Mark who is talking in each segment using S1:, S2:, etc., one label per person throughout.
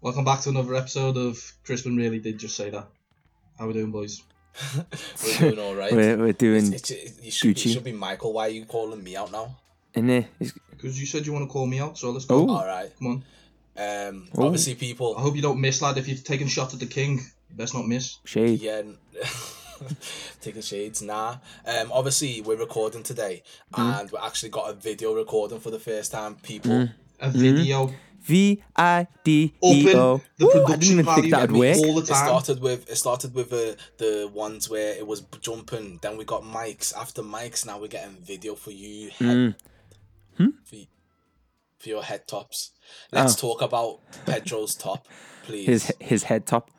S1: Welcome back to another episode of Crispin really did just say that. How we doing, boys?
S2: We're doing all right.
S3: We're, we're doing,
S2: It's- it's- it, should, be- it
S3: Gucci.
S2: should be Michael. Why are you calling me out now?
S3: innit? It's-
S1: Because you said you want to call me out, so let's go.
S3: Ooh.
S2: All right.
S1: Come on.
S2: Um,
S3: Oh.
S2: obviously,
S1: I
S2: people.
S1: hope you don't miss, lad. If you've taken shot at the king, you best not miss.
S3: shade.
S2: Yeah. n- Taking shades, nah. Um, obviously, we're recording today,
S3: Hmm.
S2: and we actually got a video recording for the first time. People,
S3: Hmm. Mm-hmm.
S1: A video.
S3: V I D E O.
S1: Open the
S3: Woo,
S1: production
S3: I didn't even
S1: value
S3: think that would
S1: at me
S3: work.
S1: all the
S2: it
S1: time.
S2: started with it started with uh, the ones where it was jumping. Then we got mics. After mics, now we're getting video for you. Head,
S3: Hmm.
S2: for, y- for your head tops. Let's talk about Pedro's top, please.
S3: Oh. His his head top.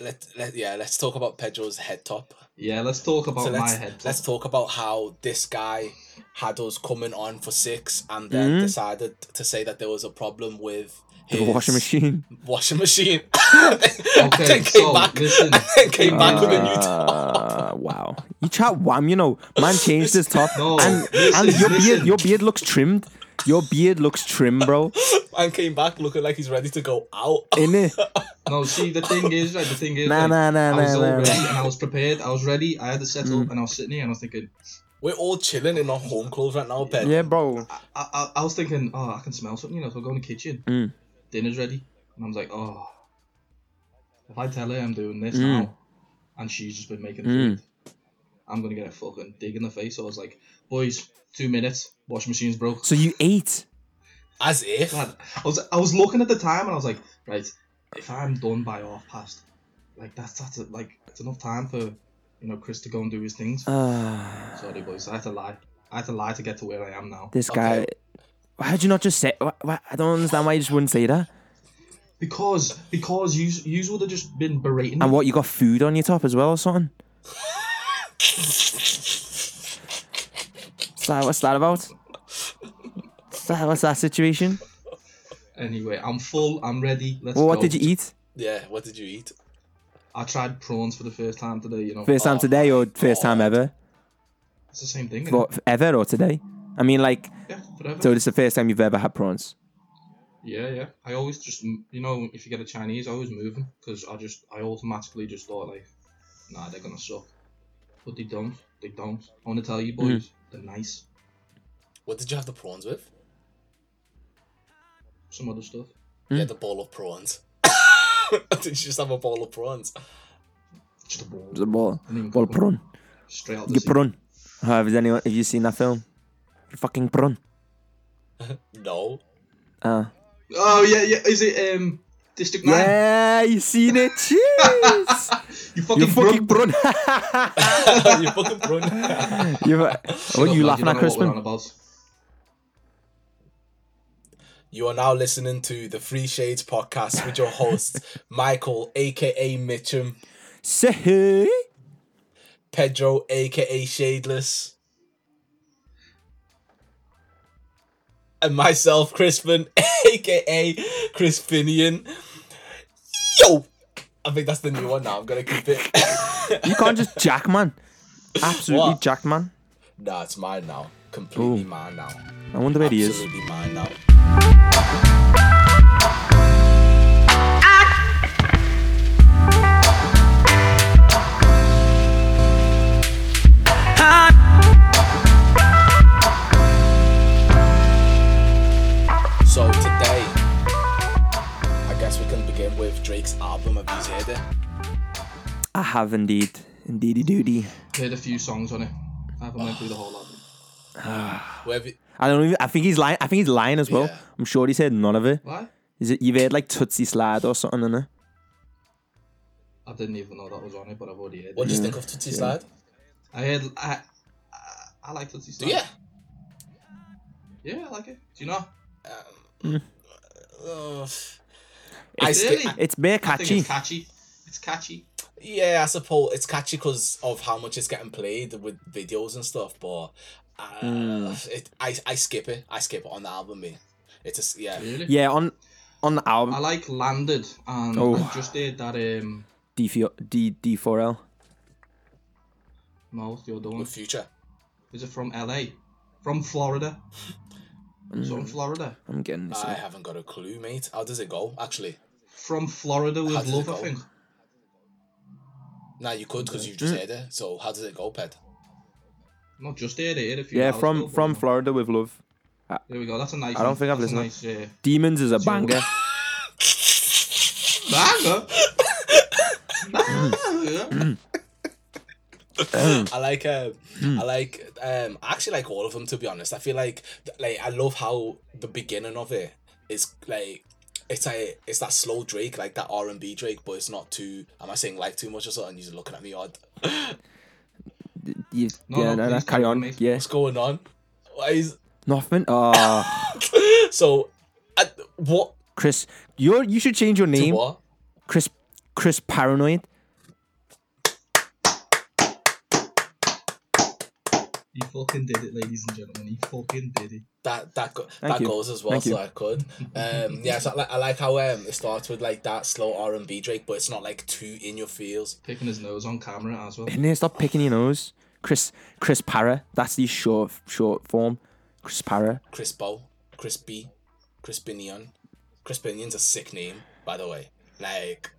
S2: let, let yeah, let's talk about Pedro's head top.
S1: Yeah, let's talk about
S2: So
S1: Oh, my
S2: let's
S1: head.
S2: let's talk about how this guy had us coming on for six and then decided to say that there was a problem with his
S3: Mm-hmm. The washing machine.
S2: Washing machine. and
S1: Okay,
S2: then came
S1: so,
S2: back.
S1: listen.
S2: And then came back with a new top.
S3: Uh, wow. You chat wham, you know. Man changed his top.
S1: No,
S3: and
S1: listen,
S3: and your
S1: listen.
S3: beard your beard looks trimmed. Your beard looks trim, bro.
S2: And came back looking like he's ready to go out.
S3: Innit?
S1: No, see, the thing is, right, the thing is,
S3: Nah,
S1: like,
S3: nah, nah,
S1: I was
S3: nah,
S1: all
S3: nah,
S1: ready
S3: nah. Mm.
S1: and I was prepared. I was ready. I had the setup and I was sitting here and I was thinking,
S2: We're all chilling in our home clothes right now, Ben.
S3: Yeah, bro.
S1: I, I, I was thinking, oh, I can smell something, you know, so I go in the kitchen.
S3: Mm.
S1: Dinner's ready. And I was like, oh, if I tell her I'm doing this
S3: Mm.
S1: now and she's just been making
S3: Mm.
S1: food, I'm going to get a fucking dig in the face. So I was like, boys, two minutes, washing machine's broke.
S3: So you ate.
S2: As if.
S1: Lad, I was I was looking at the time and I was like, right, if I'm done by half past, like that's that's it, like it's enough time for you know Chris to go and do his things.
S3: Ah,
S1: Sorry, boys, I had to lie. I had to lie to get to where I am now
S3: this
S2: Okay.
S3: guy. Why'd you not just say? Why, why, I don't understand why you just wouldn't say that.
S1: because because you you would have just been berating.
S3: And
S1: me.
S3: what you got food on your top as well or something? What's that, what's that about? What's that, what's that situation?
S1: Anyway, I'm full. I'm ready. Let's
S3: Well,
S1: go.
S3: what did you eat?
S2: Yeah, what did you eat?
S1: I tried prawns for the first time today. You know,
S3: First time today or first time ever?
S1: it's the same thing. innit?
S3: What ever or today? I mean, like,
S1: Yeah, whatever.
S3: so this is the first time you've ever had prawns.
S1: yeah, yeah. I always just m- you know if you get a Chinese, I always move them because I just I automatically just thought like, nah, they're gonna suck, but they don't. They don't. I want to tell you boys,
S3: Mm.
S1: they're nice.
S2: What did you have the prawns with?
S1: Some other stuff.
S3: Hmm?
S2: Yeah, the bowl of prawns. did you just have a bowl of prawns?
S1: Just a ball.
S3: The ball,
S1: I mean,
S3: ball
S1: fucking
S3: prawn,
S1: Straight out the
S3: the
S1: sea.
S3: prawn. Have has anyone? Have you seen that film? The fucking prawn.
S2: No.
S3: Ah.
S1: Oh yeah, yeah. Is it um District Nine?
S3: Yeah, you seen it? Cheers!
S1: You fucking.
S3: you fucking
S1: broke-
S3: brun.
S2: you fucking prawn.
S3: you what
S1: Shut up,
S3: you
S1: lad,
S3: laughing
S1: don't know
S3: at,
S1: what we're on
S3: Crispin?
S1: about.
S2: You are now listening to the Free Shades podcast with your host, Michael, aka Mitchum,
S3: Say hey.
S2: Pedro, aka Shadeless, and myself, Crispin, aka Crispinian. Yo! I think that's the new one now. I'm gonna keep it.
S3: You can't just jack man. Absolutely
S2: What?
S3: jack man.
S2: nah, it's mine now. Completely mine now.
S3: I wonder where he is.
S2: Absolutely mine now. So today, I guess we can begin with Drake's album. Have you heard it?
S3: I have indeed. Indeedy doody.
S1: Heard a few songs on it. I haven't went through the whole album.
S2: Where have you-
S3: I don't even I think he's lying I think he's lying as well.
S2: Yeah.
S3: I'm sure he's heard none of it.
S1: Why?
S3: Is it you've heard like Tootsie Slide or something in it?
S1: I didn't even know that was on it, but I've already heard
S2: what
S1: it.
S2: do you think of Tootsie Slide?
S1: I heard. I, I, I like Tootsie
S2: Do
S1: Slide.
S2: you?
S1: Yeah, I like it. Do you know?
S2: Uh, I
S1: I
S2: sti-
S1: really? I
S3: It's bare
S1: think
S3: catchy.
S1: it's catchy. It's catchy.
S2: yeah, I suppose it's catchy because of how much it's getting played with videos and stuff. But uh, it, I, I skip it. I skip it on the album. Me, it's a, s- yeah.
S1: Really?
S3: Yeah, on on the
S1: I
S3: album
S1: like Landed, and
S3: Oh.
S1: I just did that. Um,
S3: D D D four L.
S1: no, it's the other one.
S2: With future,
S1: Is it from LA? From Florida? Is it from Florida?
S3: Mm. I'm getting this.
S2: Uh, I haven't got a clue, mate. How does it go? Actually,
S1: From Florida with
S2: How did it
S1: love, I
S2: go?
S1: think.
S2: Nah, you could because
S1: Okay.
S2: you just heard it. So how does it go, Ped?
S1: Not just here, here, if you
S3: Yeah,
S1: know,
S3: from
S1: it's
S3: from
S1: Florida.
S3: Florida with love.
S1: There we go. That's a nice.
S3: I don't
S1: one.
S3: think I've
S1: That's a
S3: listened
S1: Nice, uh,
S3: Demons is a
S1: So-
S3: banger.
S1: uh, banger. Banger.
S2: I like um, I like um, I actually like all of them to be honest. I feel like like I love how the beginning of it is like it's like it's that slow Drake, like that R and B Drake, but it's not too. Am I saying like too much or something? You're looking at me odd.
S3: You-
S1: No, no,
S3: yeah, no, no,
S1: please
S3: carry
S1: don't
S3: on.
S1: make-
S3: Yeah,
S2: What's going on? Why is
S3: nothing. Oh,
S2: so? I, what
S3: Chris, you you should change your
S2: to
S3: name,
S2: what?
S3: Chris. Chris Paranoid.
S1: he fucking did it, ladies and gentlemen. He fucking did it.
S2: that that go-
S3: Thank
S2: that
S3: you.
S2: goes as well.
S3: Thank
S2: so
S3: you.
S2: I could. Um, yeah, so I, like, I like how um it starts with like that slow R and B Drake, but it's not like too in your feels.
S1: Picking his nose on camera as well.
S3: In there, stop picking your nose, Chris. Chris Para. That's the short short form. Chris Para.
S2: Chris Bow, Chris B, Chris Binion. Chris Binion's a sick name, by the way. Like,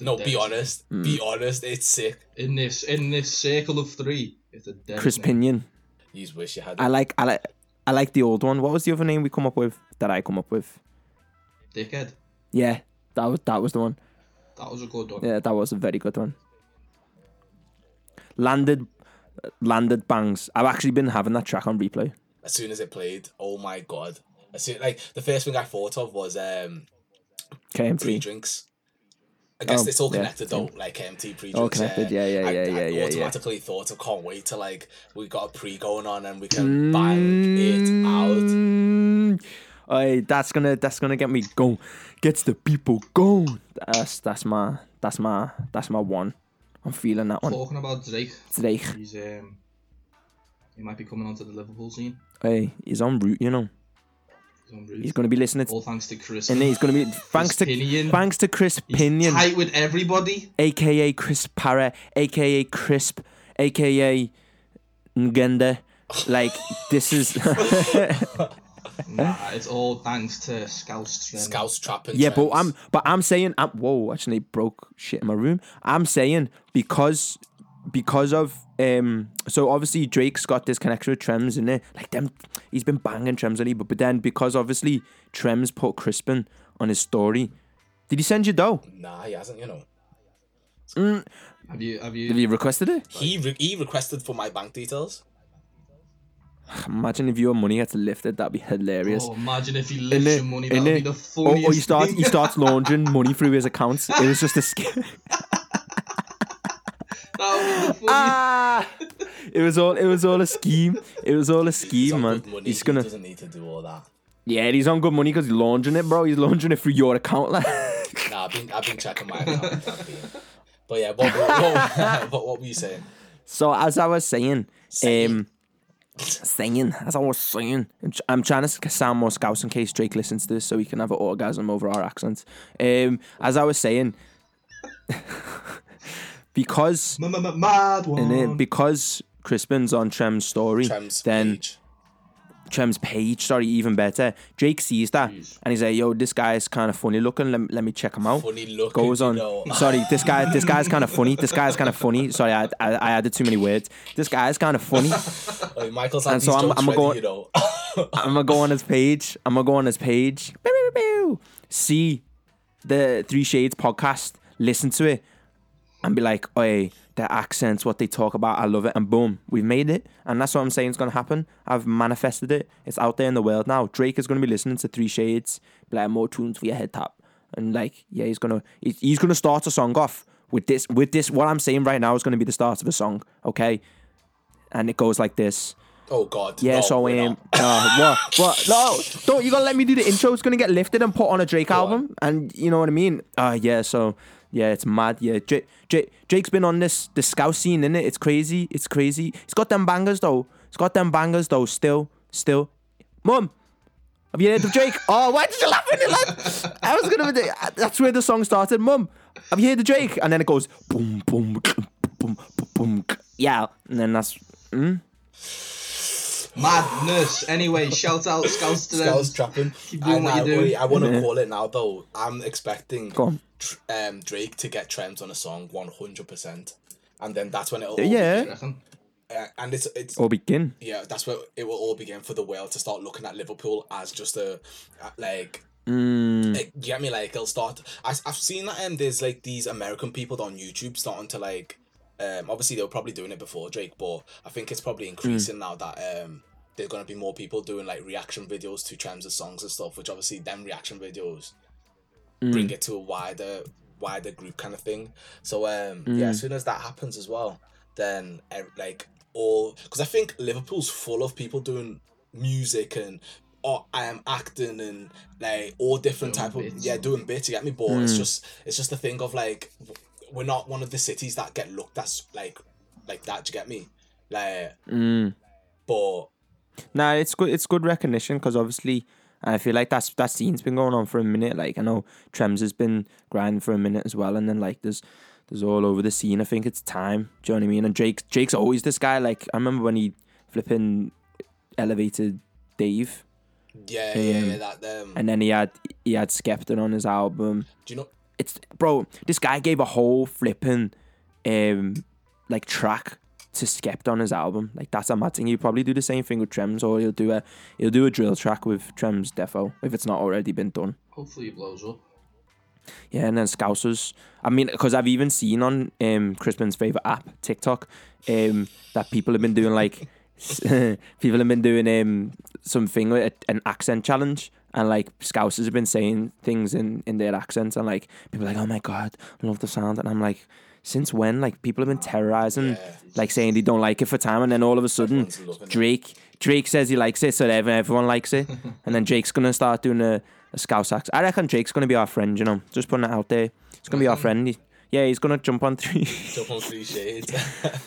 S2: no, be honest,
S3: Mm.
S2: be honest, it's sick.
S1: In this, in this circle of three, it's a dead.
S3: Chris
S1: name.
S3: Pinion.
S2: You just wish you had.
S3: I like I like I like the old one. What was the other name we come up with that I come up with?
S1: Dickhead.
S3: Yeah, that was that was the one.
S1: That was a good one.
S3: Yeah, that was a very good one. Landed, landed bangs. I've actually been having that track on replay.
S2: as soon as it played, oh my god! As soon like the first thing I thought of was um pre
S3: KMT.
S2: drinks. I guess
S3: Oh,
S2: it's all
S3: yeah,
S2: connected though, like MT pre drinks.
S3: All connected, yeah, yeah,
S2: I,
S3: yeah, yeah,
S2: I
S3: yeah, yeah.
S2: automatically thought, I can't wait till like we got a pre going on and we can bang it out.
S3: Mm, aye, that's gonna that's gonna get me going. Gets the people going. That's that's my that's my that's my one. I'm feeling that one
S1: Talking about Drake,
S3: today.
S1: he's um, he might be coming onto the Liverpool scene.
S3: Hey, he's on route. You know,
S1: He's on route.
S3: he's gonna be listening to,
S1: All thanks to Chris.
S3: and he's gonna be thanks to
S1: Pinion.
S3: thanks to Chris
S1: He's
S3: Pinion.
S1: tight with everybody.
S3: aka Crisp Parrot, aka Crisp, aka Ngenda. Like this is Eh?
S1: Nah, it's all thanks to Scouse Trend.
S2: Scouts trapping.
S3: yeah, but I'm but I'm saying I'm whoa actually broke shit in my room. I'm saying because because of um so obviously Drake's got this connection with Trems in there like them he's been banging Trems lately, but but then because obviously Trems put Crispin on his story. Did he send you though?
S2: Nah, he hasn't. You know,
S1: Have you? Have
S3: Have
S1: you?
S3: you requested it?
S2: he re- he requested for my bank details.
S3: Imagine if your money gets lifted, that'd be hilarious. Oh,
S1: Oh, imagine if he
S3: In
S1: lifts
S3: it,
S1: your money.
S3: in
S1: That'd be
S3: it,
S1: the
S3: or,
S1: funniest
S3: or he starts,
S1: thing.
S3: he starts laundering money through his accounts. It was just a scam.
S1: That would be the funniest.
S3: ah, it was all, it was all a scheme. It was all a
S2: He's
S3: scheme,
S2: on
S3: man.
S2: good money.
S3: He's
S2: he
S3: gonna,
S2: doesn't need to do all that.
S3: yeah, he's on good money because he's laundering it, bro. He's laundering it through your account, like.
S2: Nah, I've been I've been checking my account. I've been- But yeah, what, what, what, what were you saying?
S3: So as I was saying,
S2: Saying.
S3: um, saying as I was saying, I'm, tr- I'm trying to sc- sound more scouse in case Drake listens to this, so he can have an orgasm over our accents. Um, as I was saying, because
S1: M- m- m- Mad
S3: And
S1: one.
S3: then because Crispin's on Trem's story,
S2: Trem's
S3: then
S2: age.
S3: Trem's page, sorry, even better. Drake sees that and he's like, "Yo, this guy's kind of funny looking. Let, let me check him out."
S2: Funny looking,
S3: Goes on.
S2: you know.
S3: Sorry, this guy, this guy's kind of funny. This guy's kind of funny. Sorry, I, I, I added too many words. This guy's kind of funny.
S2: Oh, Michael's had
S3: And
S2: these
S3: so I'm-
S2: jokes
S3: I'm
S2: ready,
S3: going-
S2: you know.
S3: I'm gonna go on his page. I'm gonna go on his page. Pew, pew, pew, pew. See the Three Shades podcast. Listen to it and be like, "Oi, their accents, what they talk about, I love it." And boom, we've made it. And that's what I'm saying is gonna happen. I've manifested it. It's out there in the world now. Drake is gonna be listening to Three Shades, be like more tunes for your head tap, and like, yeah, he's gonna he's he's gonna start a song off with this with this. What I'm saying right now is gonna be the start of a song, okay? And it goes like this.
S2: Oh God.
S3: Yeah,
S2: no,
S3: so
S2: we're
S3: um,
S2: not.
S3: uh, what, what? No, don't you gotta let me do the intro. It's gonna get lifted and put on a Drake album, and you know what I mean. Uh yeah, so yeah, it's mad. Yeah, Drake, Drake, Drake's been on this the scout scene, innit? It's crazy. It's crazy. It's got them bangers though. It's got them bangers though. Still, still, mum. Have you heard of Drake? oh, why did you laugh at me, lad? I was gonna. be- That's where the song started. Mum, have you heard of Drake? And then it goes boom, hmm, boom, boom, boom, boom. Yeah, and then that's
S1: Madness. Anyway, shout out Scouts to them.
S2: Scouse trapping.
S1: Keep doing
S2: And
S1: what
S2: I,
S1: you're doing.
S2: I want to
S3: Yeah.
S2: call it now though. I'm expecting
S3: Go on.
S2: tr- um, Drake to get Trent on a song 100%. And then that's when it'll all
S3: Yeah.
S1: You reckon?
S2: begin. Uh, and it's it's
S3: Or begin.
S2: yeah, that's where it will all begin for the world to start looking at Liverpool as just a uh, like
S3: Mm.
S2: Like, you get me? Like, it'll start. I, I've seen that, and there's like these American people on YouTube starting to like. Um, obviously, they were probably doing it before Drake, but I think it's probably increasing now that um, there's gonna be more people doing like reaction videos to Trem's songs and stuff. Which obviously, them reaction videos bring it to a wider, wider group kind of thing. So um, yeah, as soon as that happens as well, then eh, like all because I think Liverpool's full of people doing music and oh, I am acting and like all different
S1: Doing
S2: type of
S1: bits.
S2: yeah doing bits. You get me, but it's just it's just the thing of like w- we're not one of the cities that get looked at s- like like that. Do you get me? Like,
S3: Mm.
S2: but
S3: Nah, it's good. It's good recognition because obviously, and I feel like that's that scene's been going on for a minute. Like I know Trems has been grinding for a minute as well, and then like there's there's all over the scene. I think it's time. Do you know what I mean? And Drake Drake's always this guy. Like I remember when he flipping elevated Dave,
S2: yeah, yeah, yeah. That um,
S3: and then he had he had Skepta on his album.
S2: do you know?
S3: It's bro. This guy gave a whole flipping um like track to Skepta on his album. Like that's a mad thing. You probably do the same thing with Trems, or you'll do a you'll do a drill track with Trems Defo if it's not already been done.
S1: Hopefully he blows up.
S3: Yeah, and then Scousers. I mean, because I've even seen on um Crispin's favorite app TikTok um that people have been doing like s- people have been doing um something with a- an accent challenge. And like scousers have been saying things in, in their accents, and like people are like, oh my god, I love the sound, and I'm like, since when? Like people have been terrorizing,
S2: Yeah.
S3: like saying they don't like it for time, and then all of a sudden
S2: Everyone's loving it.
S3: Drake Drake says he likes it, so everyone everyone likes it, and then Drake's gonna start doing a, a scouse act. I reckon Drake's gonna be our friend, you know, just putting it out there. He's gonna be our friend. He- yeah, he's gonna jump on three.
S2: Jump on three shades.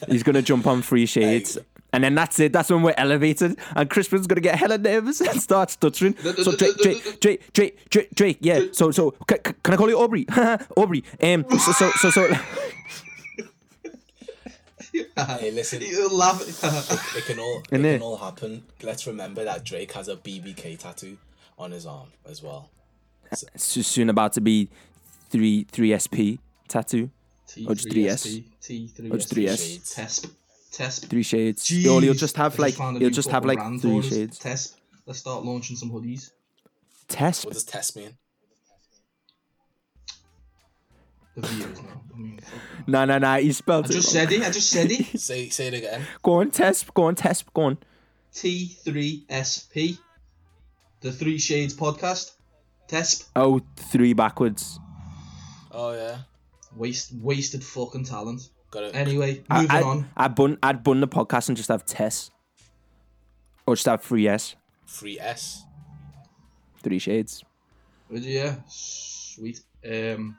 S3: he's gonna jump on three shades. And then that's it. That's when we're elevated, and Crispin's gonna get hella nervous and start stuttering. So Drake, Drake, Drake, Drake, Drake, Drake yeah. So, so can, can I call you Aubrey? Aubrey. Um. So, so, so, so.
S2: hey, listen.
S1: He'll laugh.
S2: It can all it
S3: Innit?
S2: can all happen. Let's remember that Drake has a BBK tattoo on his arm as well.
S3: so soon about to be three three SP tattoo, Or just 3S.
S1: T3S.
S3: Or just 3S.
S2: Shades.
S1: Tesp. Tesp.
S3: three shades. Yo, you'll just
S1: I
S3: have like
S1: found a
S3: you'll
S1: new
S3: just
S1: fucking
S3: have like
S1: brand for
S3: three
S1: us.
S3: shades.
S1: Tesp. Let's start launching some hoodies.
S3: Test.
S2: What does test mean?
S1: The viewers now. I mean, fuck.
S3: No, no, no. He spelled
S1: I
S3: it.
S1: just
S3: wrong.
S1: said it. I just said it.
S2: Say say it again.
S3: Go on, test. Go on, test. Go on.
S1: T3SP. The Three Shades podcast. Tesp.
S3: Oh, three backwards.
S2: Oh yeah.
S1: Waste, wasted fucking talent.
S2: Got it.
S1: Anyway,
S3: I,
S1: moving
S3: I,
S1: on.
S3: I'd bun. I'd bun the podcast and just have test. Or just have three S,
S2: Free S.
S3: three shades.
S1: Would you? Yeah. Sweet. Um.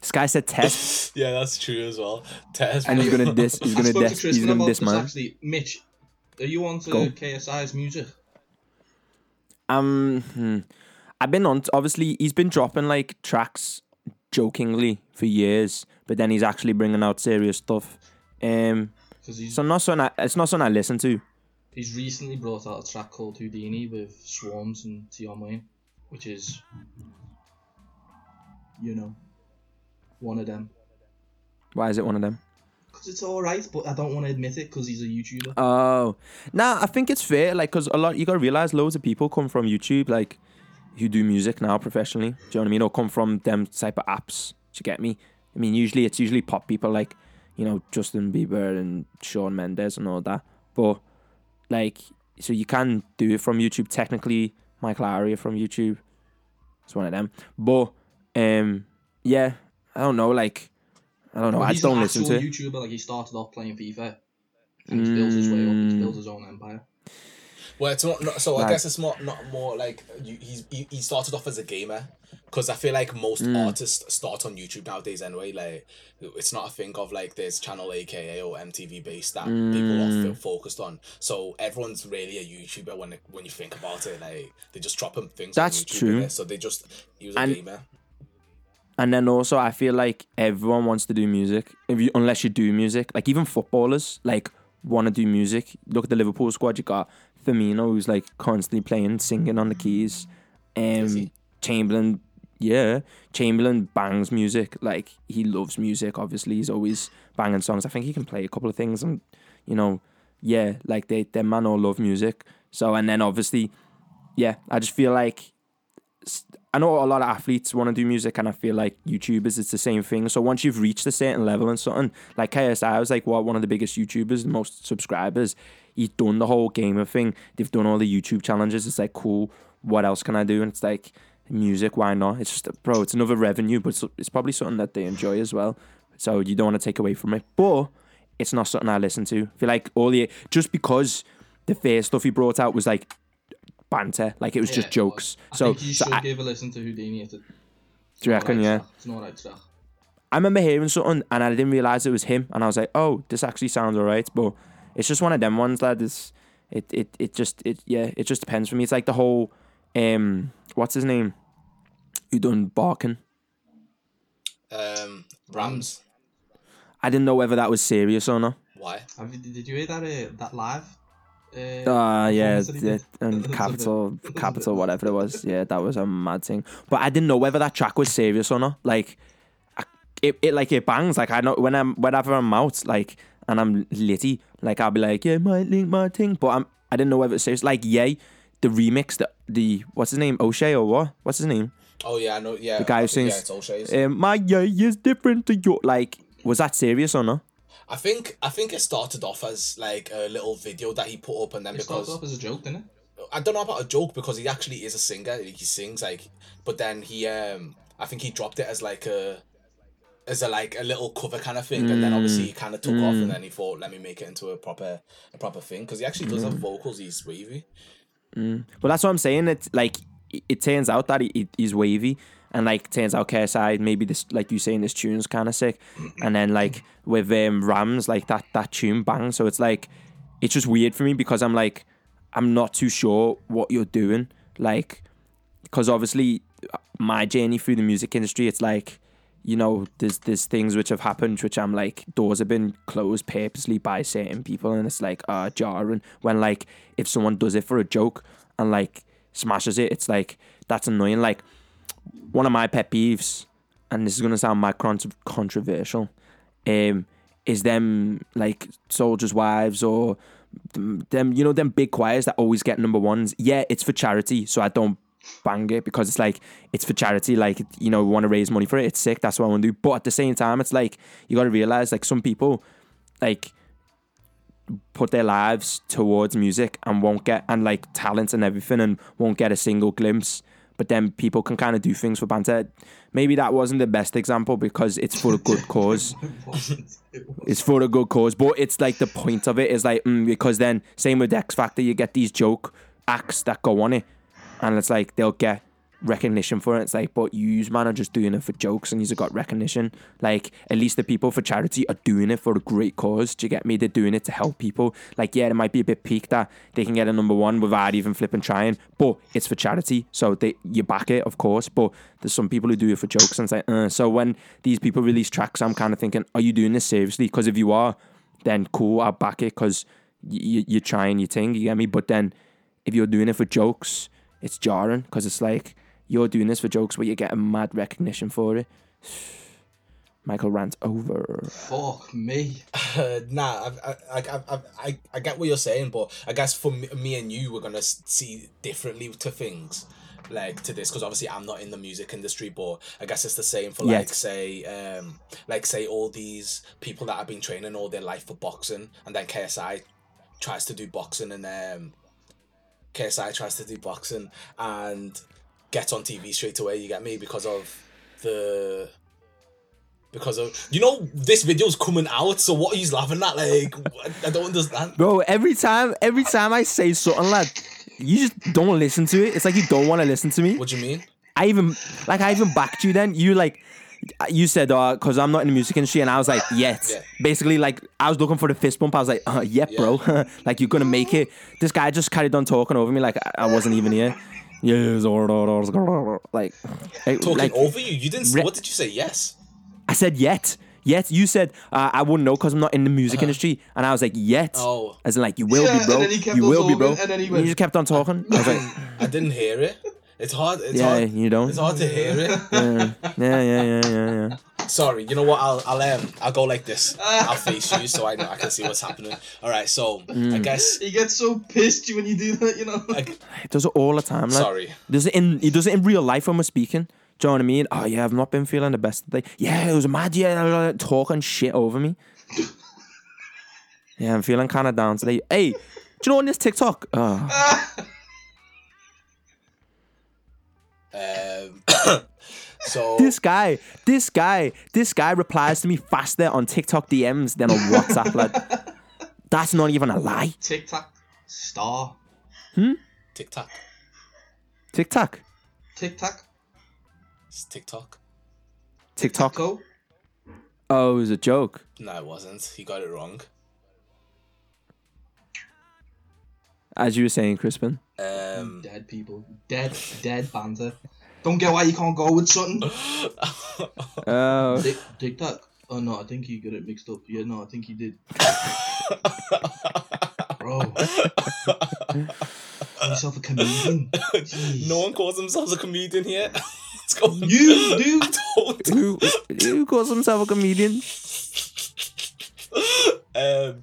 S3: This guy said test,
S2: Yeah, that's true as well. Test
S3: and he's gonna diss. He's
S1: I
S3: gonna
S1: spoke
S3: diss.
S1: to
S3: He's
S1: Tristan
S3: gonna
S1: about
S3: diss
S1: this
S3: man.
S1: actually. Mitch, are you on to
S3: Go.
S1: KSI's music?
S3: Um, hmm. I've been on. Obviously, he's been dropping like tracks jokingly for years, but then he's actually bringing out serious stuff. Um,
S1: Because he's
S3: so not something. I, it's not something I listen to.
S1: he's recently brought out a track called Houdini with Swarms and Tion Wayne, which is, you know, one of them.
S3: Why is it one of them?
S1: Because it's alright, but I don't want to admit it because he's a YouTuber.
S3: Oh, now I think it's fair. Like, cause a lot you gotta realize loads of people come from YouTube, like who do music now professionally. Do you know what I mean? Or come from them type of apps. Do you get me? I mean, usually it's usually pop people like you know Justin Bieber and Sean Mendes and all that. But like, so you can do it from YouTube. Technically, Michael Aria from YouTube. It's one of them. But um, yeah, I don't know. Like, I don't know.
S1: But
S3: I
S1: he's
S3: just don't
S1: an
S3: listen to
S1: actual
S3: it.
S1: YouTuber. Like he started off playing FIFA. And he's built his way up. He's built his own empire.
S2: Well, it's not. not so I
S3: Right.
S2: guess it's not not more like you, he's he, he started off as a gamer because I feel like most
S3: Mm.
S2: artists start on YouTube nowadays anyway. Like it's not a thing of like there's channel AKA or MTV based that people
S3: Mm.
S2: are fo- focused on. So everyone's really a YouTuber when it- when you think about it. Like they just dropping things.
S3: That's
S2: on YouTube
S3: true.
S2: innit? So they just he was a
S3: And-
S2: gamer.
S3: And then also, I feel like everyone wants to do music, if you, unless you do music. Like even footballers, like want to do music. Look at the Liverpool squad. You got Firmino, who's like constantly playing, singing on the keys.
S2: Is
S3: Um,
S2: he?
S3: Chamberlain, yeah, Chamberlain bangs music. Like he loves music. Obviously, he's always banging songs. I think he can play a couple of things, and you know, yeah, like they, their man all love music. So and then obviously, yeah, I just feel like s- I know a lot of athletes want to do music, and I feel like YouTubers, it's the same thing. So once you've reached a certain level and something, like KSI was like, what one of the biggest YouTubers, the most subscribers, he's done the whole gamer thing. They've done all the YouTube challenges. It's like, cool, what else can I do? And it's like, music, why not? It's just, bro, it's another revenue, but it's, it's probably something that they enjoy as well. So you don't want to take away from it. But it's not something I listen to. I feel like all the, just because the first stuff he brought out was like, banter like it was
S1: Yeah,
S3: just
S1: it
S3: jokes
S1: I
S3: so,
S1: think you
S3: so
S1: should
S3: I-
S1: give a listen to Houdini. It's, a- it's
S3: Do you
S1: an alright
S3: reckon, yeah?
S1: track. It's not right track.
S3: I remember hearing something and I didn't realize it was him, and I was like, "Oh, this actually sounds alright." But it's just one of them ones that is, it it it just it yeah, it just depends for me. It's like the whole, um, what's his name, who done barking.
S2: Um,
S3: Mm.
S2: Rams.
S3: I didn't know whether that was serious or not.
S2: Why?
S1: Have you, did you hear that uh, that live? Uh,
S3: Ah, yeah,
S1: performance that he
S3: yeah,
S1: did?
S3: and
S1: That's a
S3: capital,
S1: bit-
S3: capital, whatever it was. Yeah, that was a mad thing. But I didn't know whether that track was serious or not. Like, I, it, it like it bangs. Like I know when I'm whenever I'm out, like, and I'm litty, like I'll be like, yeah, my link, my thing. But I'm I didn't know whether it's serious. Like, yay, the remix, the the what's his name, O'Shea or what? What's his name?
S2: Oh yeah, I know. Yeah,
S3: The guy
S2: I
S3: who
S2: think-
S3: sings,
S2: Yeah, it's all shades.
S3: Um, my yay is different to your. Like, was that serious or not?
S2: I think I think it started off as like a little video that he put up, and then
S1: It started
S2: because
S1: off as a joke, didn't it?
S2: I don't know about a joke because he actually is a singer. like, He sings like, but then he um I think he dropped it as like a as a like a little cover kind of thing, and then obviously he kind of took off, and then he thought, let me make it into a proper a proper thing because he actually does have vocals. He's wavy.
S3: But that's what I'm saying. It's like it, it turns out that he, he- he's wavy, and like turns out KSI maybe this like you saying this tune's kind of sick, and then like with um, Rams like that that tune bang. So it's like it's just weird for me because I'm like I'm not too sure what you're doing, like because obviously uh, my journey through the music industry, it's like you know there's there's things which have happened which I'm like doors have been closed purposely by certain people and it's like uh jarring when like if someone does it for a joke and like smashes it it's like that's annoying like one of my pet peeves and this is gonna sound mad cont- controversial um is them like soldiers wives or them them- you know them big choirs that always get number ones yeah it's for charity so I don't bang it because it's like it's for charity like you know want to raise money for it it's sick that's what I want to do but at the same time it's like you got to realize like some people like put their lives towards music and won't get and like talent and everything and won't get a single glimpse but then people can kind of do things for banter maybe that wasn't the best example because it's for a good cause
S1: It wasn't. It was.
S3: it's for a good cause, but it's like the point of it is like mm, because then same with X Factor, you get these joke acts that go on it, and it's like they'll get recognition for it. It's like, but you man are just doing it for jokes, and you've got recognition. Like at least the people for charity are doing it for a great cause. Do you get me? They're doing it to help people. Like yeah, it might be a bit peak that they can get a number one without even flipping trying, but it's for charity, so they you back it of course. But there's some people who do it for jokes, and it's like uh. so when these people release tracks, I'm kind of thinking, are you doing this seriously? Because if you are, then cool, I'll back it because you, you're trying your thing, you get me? But then if you're doing it for jokes, it's jarring because it's like you're doing this for jokes, but you're getting mad recognition for it. Michael rant over.
S1: Fuck me.
S2: Uh, nah, I, I, I, I, I, I get what you're saying, but I guess for me, me and you, we're gonna s- see differently to things, like to this, because obviously I'm not in the music industry, but I guess it's the same for like
S3: Yet.
S2: say, um, like say all these people that have been training all their life for boxing, and then KSI tries to do boxing, and um, KSI tries to do boxing and gets on TV straight away. You get me because of the because of you know this video's coming out. So what are you laughing at? Like I- I don't understand.
S3: Bro, every time, every time I say something, lad, you just don't listen to it. It's like you don't want to listen to me.
S2: What do you mean?
S3: I even like I even backed you then. You like you said uh because I'm not in the music industry and I was like yes
S2: Yeah.
S3: basically like I was looking for the fist bump I was like uh yeah, bro like you're gonna make it this guy just carried on talking over me like I, I wasn't even here yes, or, or, or, or, like, I-
S2: Talking
S3: like
S2: over you. You didn't.
S3: re-
S2: what did you say? Yes.
S3: I said yet. Yet you said uh, I wouldn't know because I'm not in the music industry, and I was like yet,
S2: Oh.
S3: as in like you will
S1: Uh-huh. Yeah,
S3: be,
S1: and
S3: bro.
S1: then he kept
S3: you
S1: on
S3: will be, bro.
S1: talking, and then he went-
S3: just kept on talking. I was like,
S2: I didn't hear it. It's hard. It's
S3: yeah,
S2: hard.
S3: you don't.
S2: It's hard to hear it.
S3: Yeah, yeah, yeah, yeah, yeah, yeah.
S2: Sorry. You know what? I'll I'll um I'll go like this. I'll face you so I know I can see what's happening. All right. So I
S3: Mm.
S2: guess.
S1: He gets so pissed when you do that, you know.
S2: I,
S3: He does it all the time. Like,
S2: Sorry.
S3: Does it in? He does it in real life when we're speaking. Do you know what I mean? Oh yeah, I've not been feeling the best today. Yeah, it was mad. Yeah, blah, blah, blah, talking shit over me. yeah, I'm feeling kind of down today. Hey, do you know on this TikTok? Oh,
S2: Um, so
S3: this guy, this guy, this guy replies to me faster on TikTok DMs than on WhatsApp. Like, that's not even a lie.
S1: Tic Tac star.
S2: TikTok,
S3: TikTok,
S1: Tic Tac.
S2: it's TikTok.
S3: TikTok.
S1: Go.
S3: Oh, it was a joke.
S2: No, it wasn't. He got it wrong.
S3: As you were saying, Crispin.
S2: Um,
S1: Dead people. Dead, dead banter. Don't get why you can't go with something.
S3: Oh,
S1: Tic Tic Tac. Oh no, I think he got it mixed up. Yeah, no, I think he did. Bro. Call yourself a comedian. Jeez.
S2: no one calls themselves a comedian here. It's going
S1: You do.
S2: told.
S3: who, who calls himself a comedian?
S2: Um,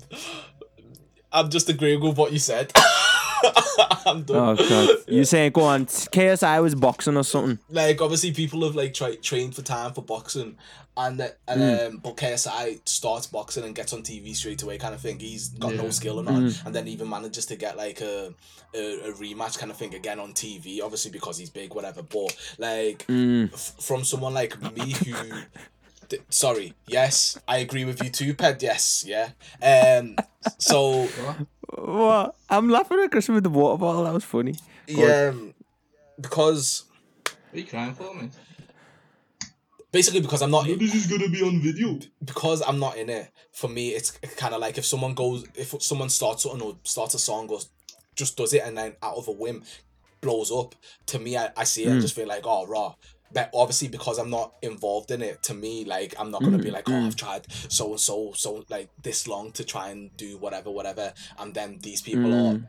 S2: I'm just agreeing with what you said. I'm done.
S3: Oh god, you saying go on? KSI was boxing or something.
S2: Like obviously, people have like tried trained for time for boxing, and that- and um, but KSI starts boxing and gets on TV straight away, kind of thing. He's got no
S1: Yeah.
S2: skill or not, and then even manages to get like a, a a rematch kind of thing again on TV, obviously because he's big, whatever. But like f- from someone like me who D- sorry yes i agree with you too ped yes yeah um so
S3: What? I'm laughing at Christmas with the water bottle. That was funny. Go on.
S2: yeah um, because
S1: What are you crying for, man?
S2: basically because i'm not
S1: This is gonna be on video.
S2: because i'm not in it for me it's kind of like if someone goes if someone starts something or starts a song or just does it and then out of a whim blows up to me i, I see it and just feel like oh raw but obviously because i'm not involved in it to me like i'm not gonna be like oh i've tried so and so so like this long to try and do whatever whatever and then these people are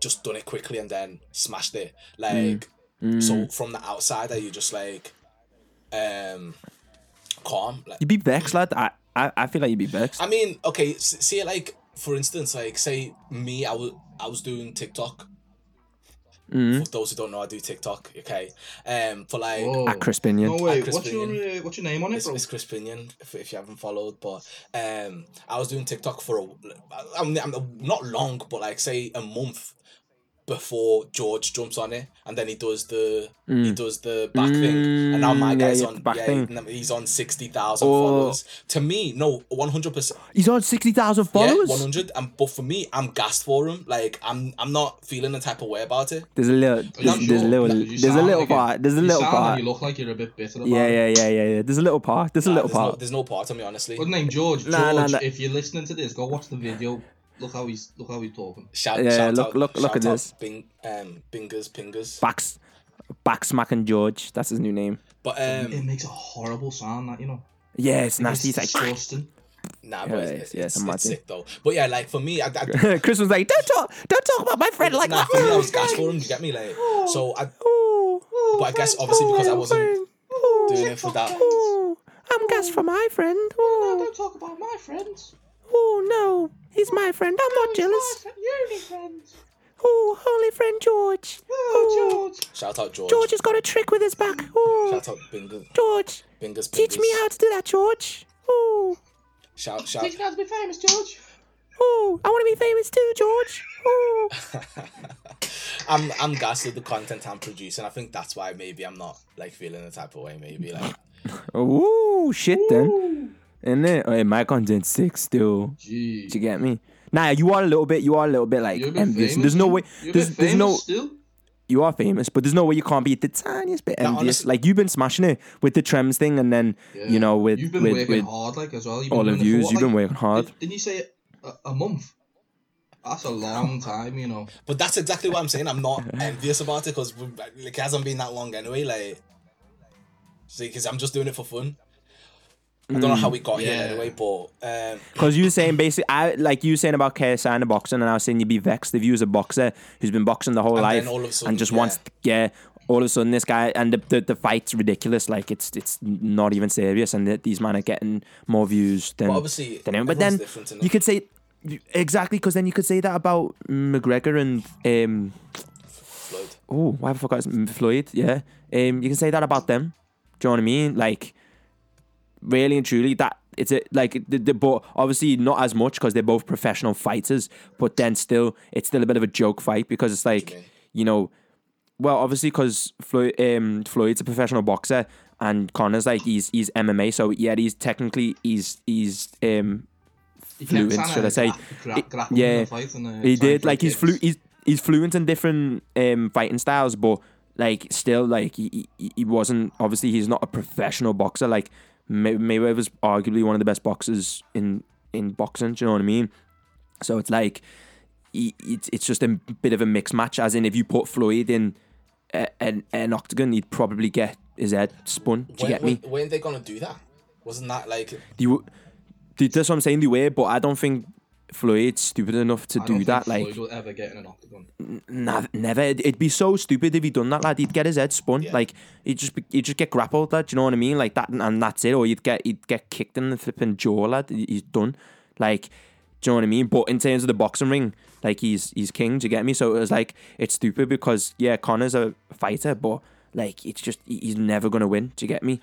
S2: just done it quickly and then smashed it. Like so from the outsider you're just like um calm. Like
S3: You'd be vexed, lad. I, I, I feel like you'd be vexed.
S2: I mean, okay, s- see it like for instance, like say me, I was I was doing TikTok.
S3: Mm-hmm. Hmm?
S2: For those who don't know, I do TikTok, okay? Um for like
S1: Whoa.
S3: At Crispin, yeah.
S1: Oh. No way.
S2: At
S1: What's your
S2: Crispin.
S1: uh, what's your name on it,
S2: It's,
S1: bro?
S2: it's Chris Pinion, if, if you haven't followed, but um, I was doing TikTok for a, I'm, I'm not long, but like say a month before George jumps on it, and then he does the he does the back thing, and now my
S3: Mm, Hmm. yeah,
S2: guy's
S3: yeah,
S2: on
S3: back
S2: yeah,
S3: thing.
S2: he's on sixty thousand
S3: Oh.
S2: followers. To me, no, one hundred percent,
S3: He's on sixty thousand
S2: yeah,
S3: followers.
S2: one hundred. And but for me, I'm gassed for him. Like I'm I'm not feeling the type of way about it.
S3: there's a little,
S1: Not
S3: there's, there's a
S1: sure.
S3: little,
S1: No, you
S3: there's a
S1: sound
S3: little
S1: like it.
S3: part, there's a
S1: You
S3: little
S1: sound like
S3: part.
S1: you look like you're a bit bitter about
S3: Yeah,
S1: it.
S3: yeah, yeah, yeah, yeah. There's a little part. There's a little
S2: There's no,
S3: part.
S2: there's no part of me honestly.
S1: What's his name? George.
S3: Nah, nah,
S1: George.
S3: nah.
S1: If you're listening to this, go watch the video. Look how he's look how he's talking.
S2: Shout,
S3: Yeah,
S2: shout
S3: look-
S2: out,
S3: look- look
S2: shout
S3: at
S2: out
S3: this.
S2: Bing, um, bingers, pingers.
S3: Backs, backsmacking George. That's his new name.
S2: But um,
S1: It makes a horrible sound, that you know.
S3: Yeah, it's nasty.
S1: It's
S3: It's like
S1: disgusting.
S2: Nah,
S3: Yeah,
S2: but
S3: it
S2: it's,
S3: is.
S2: it's,
S3: Yeah, it's a
S2: it's,
S3: mad thing.
S2: sick though. But yeah, like for me, I, I,
S3: Chris was like, don't talk, don't talk about my friend like
S2: nah,
S3: that.
S2: for me, I was gassed for him. You get me, like so. I but I guess obviously because I wasn't doing it for that.
S3: Ooh, I'm gassed for my friend. Ooh,
S1: Don't talk about my friends.
S3: ooh, no, he's my friend. I'm
S1: Oh,
S3: not jealous.
S1: You're only friends.
S3: Ooh, holy friend George.
S1: Oh, George.
S2: Shout out George.
S3: George has got a trick with his back. Ooh,
S2: Shout out Bingers,
S3: George,
S2: Bingers.
S3: teach me
S2: Pingers.
S3: how to do that, George. Ooh,
S2: Shout shout.
S1: Teach me how to be famous, George.
S3: ooh, I want to be famous too, George. Ooh,
S2: I'm I'm gassed with the content I'm producing. I think that's why maybe I'm not like feeling the type of way. Maybe like
S3: ooh, shit then. And then, oh, my content six still.
S1: Gee.
S3: Do you get me? Nah, you are a little bit. You are a little bit like
S1: You're a bit
S3: envious.
S1: famous.
S3: There's no way.
S1: You're a bit
S3: There's,
S1: famous
S3: there's no.
S1: still.
S3: You are famous, but there's no way you can't be the tiniest bit envious.
S2: honestly-
S3: like you've been smashing it with the Trems thing, and then you know with
S1: You've been
S3: with,
S1: working
S3: with
S1: hard, like as well. You've
S3: all
S1: been
S3: of
S1: doing it
S3: yous,
S1: for,
S3: you've been
S1: like,
S3: working hard.
S1: Did, didn't you say a, a month? That's a long time, you know.
S2: But that's exactly what I'm saying. I'm not envious about it because like, it hasn't been that long anyway. Like, see, because I'm just doing it for fun. I don't know how we got
S1: Yeah.
S3: Mm,
S2: here anyway, but um,
S3: Because you were saying basically, I like you were saying about KSI and the boxing, and I was saying you'd be vexed if you was a boxer who's been boxing the whole
S2: And then
S3: life
S2: all of a sudden,
S3: and just
S2: yeah.
S3: wants, to, yeah. All of a sudden, this guy and the, the, the fight's ridiculous. Like it's it's not even serious, and th- these men are getting more views than.
S2: But obviously,
S3: than him. Mm. but
S2: everyone's
S3: then
S2: different, innit?
S3: you could say exactly because then you could say that about McGregor and um
S2: Floyd.
S3: oh, why have I forgot his mm, Floyd? Yeah. Um, you can say that about them. Do you know what I mean? Like, really and truly, that it's a, like the, the but obviously not as much because they're both professional fighters. But then still, it's still a bit of a joke fight because it's like
S2: mean?
S3: you know, well, obviously because Floyd, um, Floyd's a professional boxer and Connor's like he's he's MMA. So yeah, he's technically he's he's um
S1: He kept
S3: fluent,
S1: trying
S3: should
S1: to
S3: I say?
S1: gra-
S3: It-
S1: grapple in
S3: yeah,
S1: the fight and, uh, trying to
S3: he did. Like he's
S1: kicks.
S3: flu- he's he's fluent in different um fighting styles, but like still like he, he, he wasn't obviously he's not a professional boxer. Like May- Mayweather's arguably one of the best boxers in in boxing. Do you know what I mean? So it's like he, it's it's just a bit of a mixed match. As in, if you put Floyd in a, an an octagon, he'd probably get his head spun. Do you
S2: When,
S3: get me?
S2: when, when they gonna do that? Wasn't that like
S3: They were- they- that's what I'm saying. They were, but I don't think Floyd's stupid enough to
S1: I don't
S3: do
S1: think
S3: that. Like.
S1: Floyd will ever get in an octagon.
S3: Nah, never. It'd, it'd be so stupid if he done that, lad. He'd get his head spun. Like he'd just be, he'd just get grappled, lad. Do you know what I mean? Like that, and that's it. Or he'd get he'd get kicked in the flipping jaw, lad. He- He's done. Like, do you know what I mean? But in terms of the boxing ring, like he's he's king. Do you get me? So it was like it's stupid because yeah, Connor's a fighter, but like it's just he- he's never gonna win. Do you get me?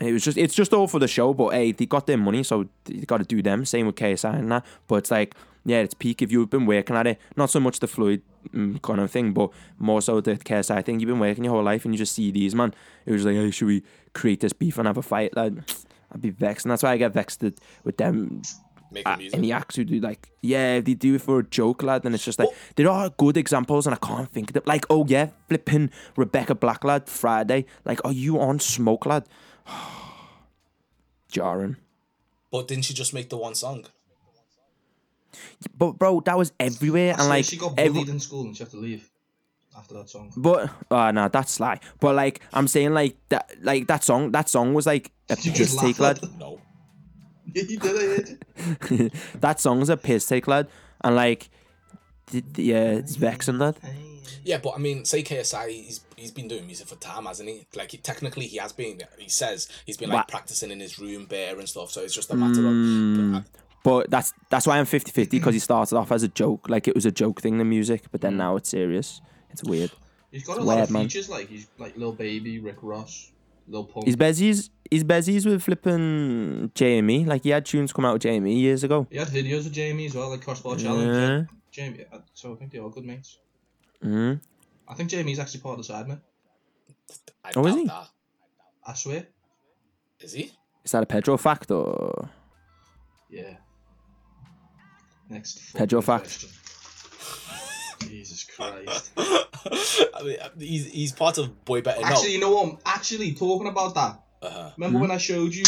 S3: It was just it's just all for the show, but hey, they got their money, so they got to do them. Same with KSI and that. But it's like, yeah, it's peak if you've been working at it. Not so much the Floyd mm, kind of thing, but more so the KSI thing. You've been working your whole life, and you just see these man. It was like, hey, should we create this beef and have a fight? Like, I'd be vexed, and that's why I get vexed that- with them
S2: making
S3: uh,
S2: music?
S3: any acts who do like, yeah, they do it for a joke, lad, and it's just
S1: Oh.
S3: like there are good examples, and I can't think of them. Like, oh yeah, flipping Rebecca Black, lad, Friday. Like, are you on smoke, lad? Jarring.
S2: But didn't she just make the one song?
S3: But bro, that was everywhere, and
S1: So
S3: like
S1: she got bullied
S3: every-
S1: in school and she had to leave after that song.
S3: But oh no, that's sly. But like I'm saying, like that, like that song, that song was like a
S1: You just
S3: piss take, lad.
S1: laugh,
S2: No.
S1: Yeah, you did it. yeah.
S3: that song's a piss take, lad. And like, th- th- yeah, it's vexing, lad.
S2: Yeah, but I mean, say KSI, he's he's been doing music for time, hasn't he? Like, he, technically, he has been. He says he's been like
S3: But-
S2: practicing in his room bare and stuff. So it's just a matter of.
S3: Mm. But that's that's why I'm 50 50 because he started off as a joke, like it was a joke thing, the music, but
S1: Mm.
S3: then now it's serious. It's weird.
S1: He's got a
S3: It's
S1: lot
S3: weird,
S1: of
S3: man.
S1: features like he's like Lil Baby, Rick Ross, Lil Pump.
S3: Is Bezzy's is Bezzy's with flipping Jamie? E. Like he had tunes come out with Jamie years ago.
S1: He had videos with Jamie as well, like crossbar
S3: Yeah.
S1: challenge. Jamie, uh, so I think they're all good mates.
S3: Mhm.
S1: I think Jamie's actually part of the Sidemen.
S2: I
S3: Oh, is
S2: doubt
S3: he?
S2: that.
S1: I swear.
S2: Is he?
S3: Is that a Pedro fact or
S1: Yeah. Next.
S3: Pedro
S1: fucking
S3: fact.
S1: question. Jesus Christ.
S2: I mean, uh, he's, he's part of Boy Better Know.
S1: Actually, you know what? Actually, talking about that.
S2: uh-huh.
S1: Remember when I showed you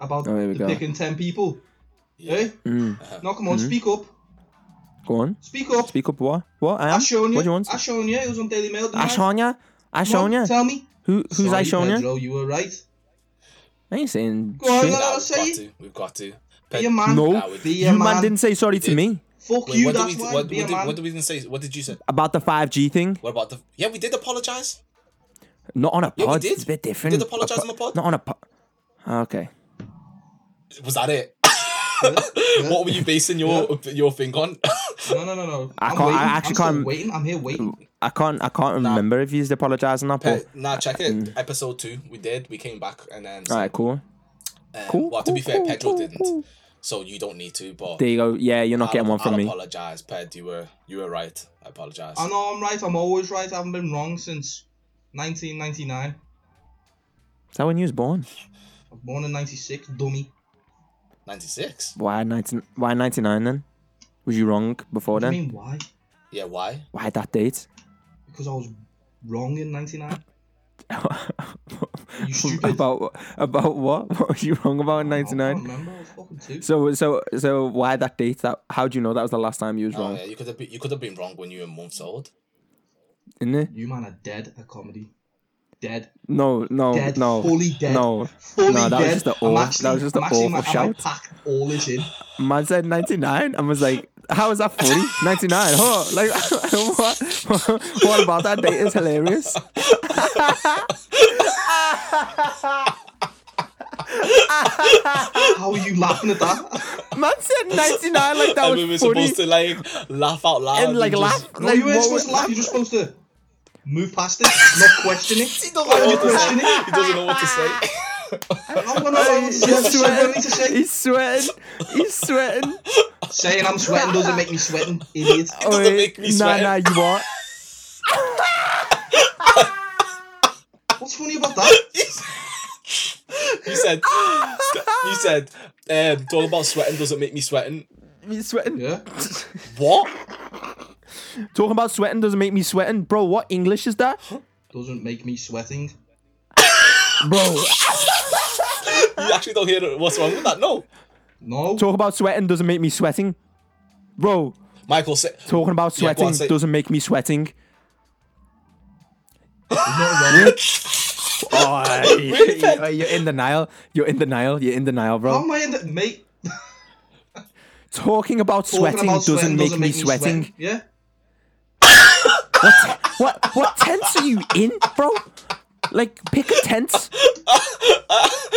S1: about
S3: Hmm? Oh, here we
S1: the
S3: go.
S1: picking ten people?
S2: Yeah.
S1: Eh?
S3: Mm.
S1: No, come on, speak up.
S3: go on?
S1: Speak up.
S3: Speak up what? What I am?
S1: I shown you.
S3: What do you want?
S1: I shown you. It was on Daily Mail. didn't I?
S3: Ashonya?
S1: Come on,
S3: Ashonya?
S1: Tell me.
S3: Who who's
S1: Sorry,
S3: Ashonya?
S1: Pedro, you were right.
S3: I ain't saying
S1: Go on,
S3: shit.
S1: lad.
S2: Nah,
S1: I'll
S2: we've
S1: say
S2: got
S1: it.
S2: to. We've got to. Pe-
S1: Be a man.
S3: Uh, No,
S2: would-
S1: Be a man.
S3: you man didn't say sorry to
S2: did.
S3: me
S1: Fuck
S2: Wait,
S1: you.
S2: what, did
S1: That's
S2: we,
S1: why.
S2: what,
S1: be
S2: what,
S1: a man.
S2: did, what did we even say? What did you say?
S3: about the 5G thing.
S2: What about the? Yeah, we did apologize.
S3: Not on a
S2: Yeah, we
S3: pod.
S2: did.
S3: It's a bit
S2: We did
S3: different.
S2: apologise on the pod.
S3: Not on a pod. Okay.
S2: Was that it?
S1: Yeah.
S2: what were you basing your your thing on?
S1: No, no, no, no.
S3: I
S1: I'm
S3: can't- I
S1: Waiting.
S3: actually
S1: am
S3: can't-
S1: Waiting. I'm here waiting.
S3: I can't I can't remember if he's apologising or not,
S2: Uh,
S3: but
S2: nah, check
S3: Mm.
S2: it. Episode two, we did. We came back and then.
S3: alright, cool.
S2: um,
S3: cool,
S2: Well, to be
S3: cool,
S2: fair,
S3: cool,
S2: Pedro
S3: cool,
S2: didn't.
S3: cool.
S2: So you don't need to. But
S3: There you go. Yeah, you're not
S2: I'll,
S3: getting one
S2: I'll
S3: from me.
S2: apologize, Ped. You were you were right. I apologize.
S1: I know I'm right. I'm always right. I haven't been wrong since 1999.
S3: Is that when you was born?
S1: I was born in 96, dummy.
S2: Ninety six.
S3: Why 19, Why 99 then? Was you wrong before
S1: What do you
S3: then?
S1: mean, why?
S2: Yeah. Why?
S3: Why that date?
S1: Because I was wrong in 99. You stupid.
S3: about about what? What was you wrong about in
S1: I
S3: '99?
S1: can't remember. I was fucking two.
S3: So so so why that date? That how do you know that was the last time you was
S2: Oh,
S3: wrong?
S2: yeah, you could have been, you could have been wrong when you were months old.
S3: Isn't it?
S1: you man are dead at comedy. Dead.
S3: No no
S1: Dead.
S3: no
S1: Fully dead.
S3: no.
S1: Fully
S3: No, that was
S1: dead.
S3: just the
S1: I'm
S3: awe-
S1: actually-
S3: that was just the
S1: I'm actually-
S3: awe of
S1: I might
S3: shout.
S1: pack all this in.
S3: Man said 99 and was like, how is that 40? 99, huh? Like, what, what about that date is hilarious?
S1: How are you laughing at that?
S3: Man said 99 like
S2: and
S3: that was
S2: we were
S3: 40
S2: supposed to like laugh out loud
S3: and like
S2: just-
S3: laugh.
S1: No,
S3: like,
S1: you weren't
S3: what
S1: supposed
S3: was-
S1: to laugh. You're just supposed to move past it, not question it.
S2: He doesn't know what to say.
S1: Question it.
S2: He doesn't know what to say.
S1: I'm gonna know what to
S3: He's
S1: say. I don't need to
S3: sweating.
S1: say.
S3: He's sweating. He's sweating.
S1: Saying I'm sweating doesn't make me sweating, idiot.
S3: Oh,
S2: doesn't make me
S3: nah,
S2: sweat.
S3: nah, you are.
S1: What's funny about that?
S2: You said, you said, um, talk about sweating doesn't make me sweating.
S3: Me sweating.
S1: Yeah.
S2: What?
S3: Talking about sweating doesn't make me sweating, bro. What English is that,
S1: Doesn't make me sweating.
S3: bro?
S2: You actually don't hear what's wrong with that? No,
S1: No.
S3: Talk about sweating doesn't make me sweating, bro.
S2: Michael. Say,
S3: Talking about
S2: Yeah, go
S3: sweating
S2: on, say-
S3: doesn't make me sweating. oh, you're, you're in denial. You're in denial. You're in denial,
S1: How
S3: bro.
S1: am I in the mate?
S3: Talking about
S1: talking
S3: sweating
S1: about sweating
S3: doesn't, make, me
S1: sweat.
S3: sweating.
S1: Yeah.
S3: What what tense are you in, bro? Like pick a tense.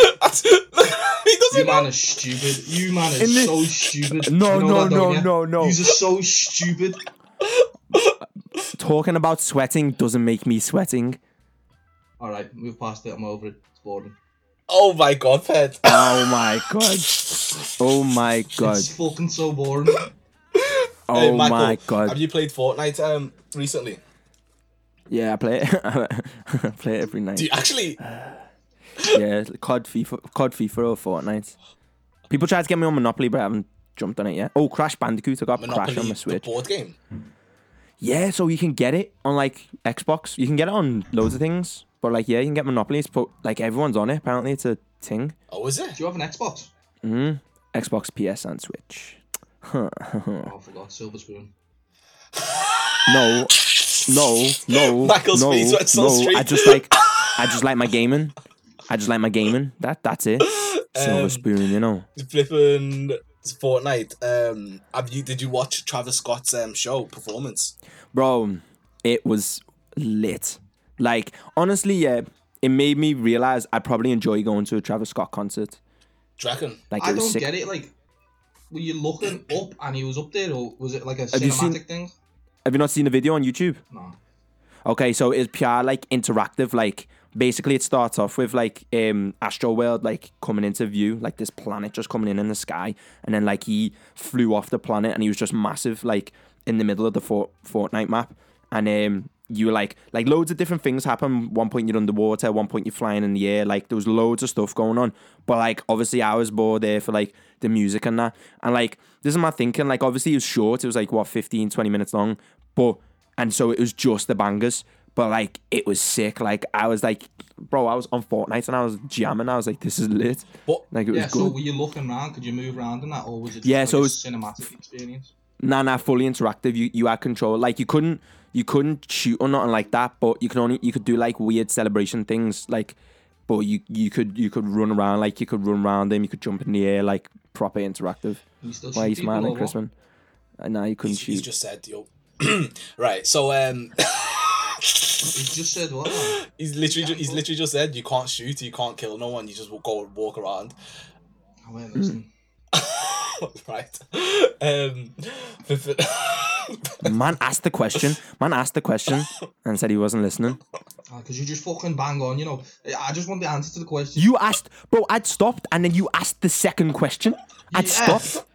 S2: he
S1: You
S2: doesn't know.
S1: man are stupid. You man are
S3: In the-
S1: so stupid.
S3: No,
S1: You know
S3: no,
S1: that, don't
S3: no,
S1: ya?
S3: no, no.
S1: You're so stupid.
S3: Talking about sweating doesn't make me sweating.
S1: All right, move past it. I'm over it. It's boring.
S2: Oh my god, Pet.
S3: Oh my god. Oh my god.
S1: It's fucking so boring.
S3: Oh
S2: Hey, Michael,
S3: my
S2: Have
S3: god.
S2: you played Fortnite um recently?
S3: Yeah, I play it. I play it every night.
S2: Do you actually?
S3: Uh, Yeah, COD FIFA, COD FIFA or Fortnite. People tried to get me on Monopoly, but I haven't jumped on it yet. Oh, Crash Bandicoot! I got Crash on
S2: Monopoly,
S3: my
S2: the
S3: Switch.
S2: board game.
S3: Yeah, so you can get it on like Xbox. You can get it on loads of things, but like yeah, you can get Monopoly. It's put, like everyone's on it. Apparently, it's a thing.
S2: Oh, is it?
S1: Do you have an Xbox?
S3: Xbox, PS, and Switch.
S1: Oh, I forgot. Silver spoon.
S3: No, no, no,
S2: Michael's
S3: no,
S2: face went so
S3: no.
S2: straight.
S3: I just like, I just like my gaming. I just like my gaming. That that's it. Silver
S2: Um,
S3: spoon, you know.
S2: Flipping Fortnite. Um, have you? Did you watch Travis Scott's um show performance?
S3: bro it was lit like honestly yeah it made me realize i probably enjoy going to a travis scott concert
S2: Dragon.
S3: like
S1: I
S3: it was
S1: don't
S3: sick
S1: get it. Like, were you looking up and he was up there, or was it like a
S3: you
S1: cinematic
S3: seen-
S1: thing?
S3: have you not seen the video on youtube
S1: No.
S3: okay so it's pure like interactive like basically it starts off with like um astro world like coming into view like this planet just coming in in the sky and then like he flew off the planet and he was just massive like in the middle of the Fort- fortnite map and um you were like like loads of different things happen one point you're underwater one point you're flying in the air like there was loads of stuff going on but like obviously i was bored there for like the music and that and like this is my thinking like obviously it was short it was like what 15 20 minutes long but and so it was just the bangers. But like it was sick. Like I was like, bro, I was on Fortnite and I was jamming. I was like, this is lit.
S2: What?
S3: Like it was
S1: Yeah. So
S3: good.
S1: were you looking around? Could you move around and that, or was it just
S3: Yeah,
S1: like
S3: so
S1: a
S3: it's-
S1: cinematic experience?
S3: nah, nah, fully interactive. You you had control. Like you couldn't you couldn't shoot or nothing like that. But you can only you could do like weird celebration things. Like, but you you could you could run around. Like you could run around them. You could jump in the air. Like proper interactive.
S1: You still
S3: Why are
S1: shoot people or
S3: you smiling,
S1: what?
S3: Crispin? Uh, nah, you couldn't
S2: He's, he's
S3: shoot.
S2: just said, yo. right. So um,
S1: You just said what? man?
S2: he's literally ju- he's literally just said you can't shoot, you can't kill no one. You just go and walk around.
S1: I went listening.
S2: right. Um.
S3: Man asked the question. Man asked the question and said he wasn't listening.
S1: Because Ah, you just fucking bang on, you know. I just want the answer to the question.
S3: You asked, bro. I'd stopped, and then you asked the second question. I'd
S1: Yeah.
S3: stopped.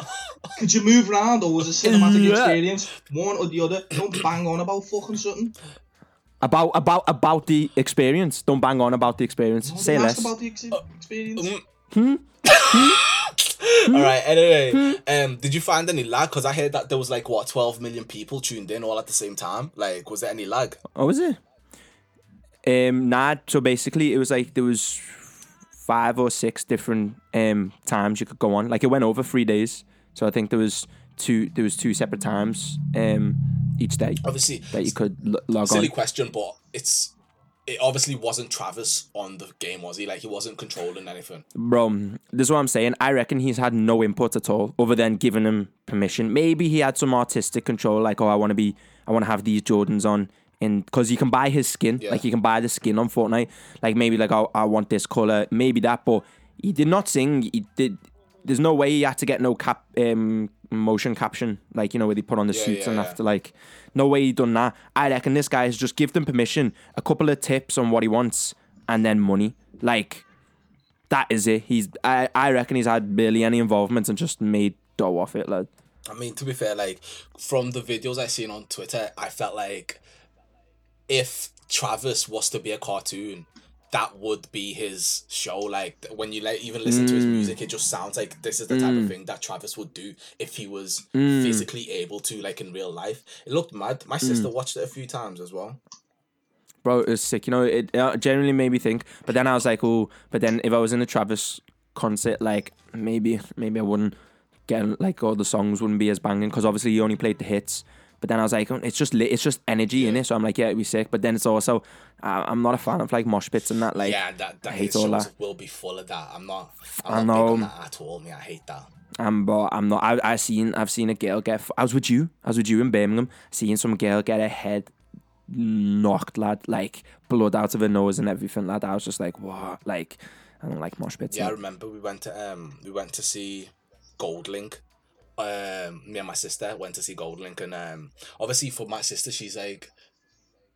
S1: Could you move round or was it cinematic
S3: Yeah.
S1: experience? One or the other. Don't bang on about fucking something.
S3: about about about the experience. Don't bang on about the experience.
S1: Don't
S3: Say
S1: ask
S3: less.
S1: about the ex-
S2: Uh,
S1: experience.
S2: All right. Anyway, um, did you find any lag? Because I heard that there was like what twelve million people tuned in all at the same time. Like, was there any lag?
S3: oh, is it? Um, nah. So basically, it was like there was five or six different um times you could go on. Like it went over three days. So I think there was two there was two separate times um each day
S2: Obviously,
S3: that you could lo- log
S2: silly
S3: on.
S2: question, but it's it obviously wasn't Travis on the game, was he? Like he wasn't controlling anything.
S3: Bro, this is what I'm saying. I reckon he's had no input at all, other than giving him permission. Maybe he had some artistic control, like, oh, I want to be, I want to have these Jordans on, and because you can buy his skin,
S2: Yeah.
S3: like you can buy the skin on Fortnite, like maybe like oh, I want this color, maybe that. But he did not sing. He did. There's no way he had to get no cap um, motion caption, like you know where they put on the suits
S2: yeah,
S3: and
S2: yeah.
S3: have to like, no way he done that. I reckon this guy has just give them permission, a couple of tips on what he wants, and then money, like that is it. He's I, I reckon he's had barely any involvement and just made dough off it, lad.
S2: I mean, to be fair, like from the videos I seen on Twitter, I felt like if Travis was to be a cartoon, that would be his show. Like th- when you like even listen to his music, it just sounds like this is the type of thing that Travis would do if he was physically able to, like in real life. It looked mad. My sister watched it a few times as well.
S3: Bro, it was sick. You know, it uh, genuinely made me think. But then I was like, oh, but then if I was in a Travis concert, like maybe maybe I wouldn't get like all the songs wouldn't be as banging because obviously he only played the hits. But then I was like, oh, it's just lit. It's just energy in it. So I'm like, yeah, it'd be sick. But then it's also, I, I'm not a fan of like mosh pits and that. Like,
S2: yeah, that that
S3: I
S2: his
S3: hate all
S2: shows
S3: that.
S2: will be full of that. I'm not.
S3: I
S2: I'm not big on
S3: know.
S2: that at all. Me, I hate that.
S3: Um, but I'm not. I I seen I've seen a girl get. f- I was with you. I was with you in Birmingham. Seeing some girl get her head knocked, lad. Like blood out of her nose and everything, lad. I was just like, what? Like I don't like mosh pits.
S2: Yeah, I
S3: Yeah.
S2: remember we went to um we went to see Goldlink. Um, me and my sister went to see Goldlink, and um, obviously for my sister, she's like,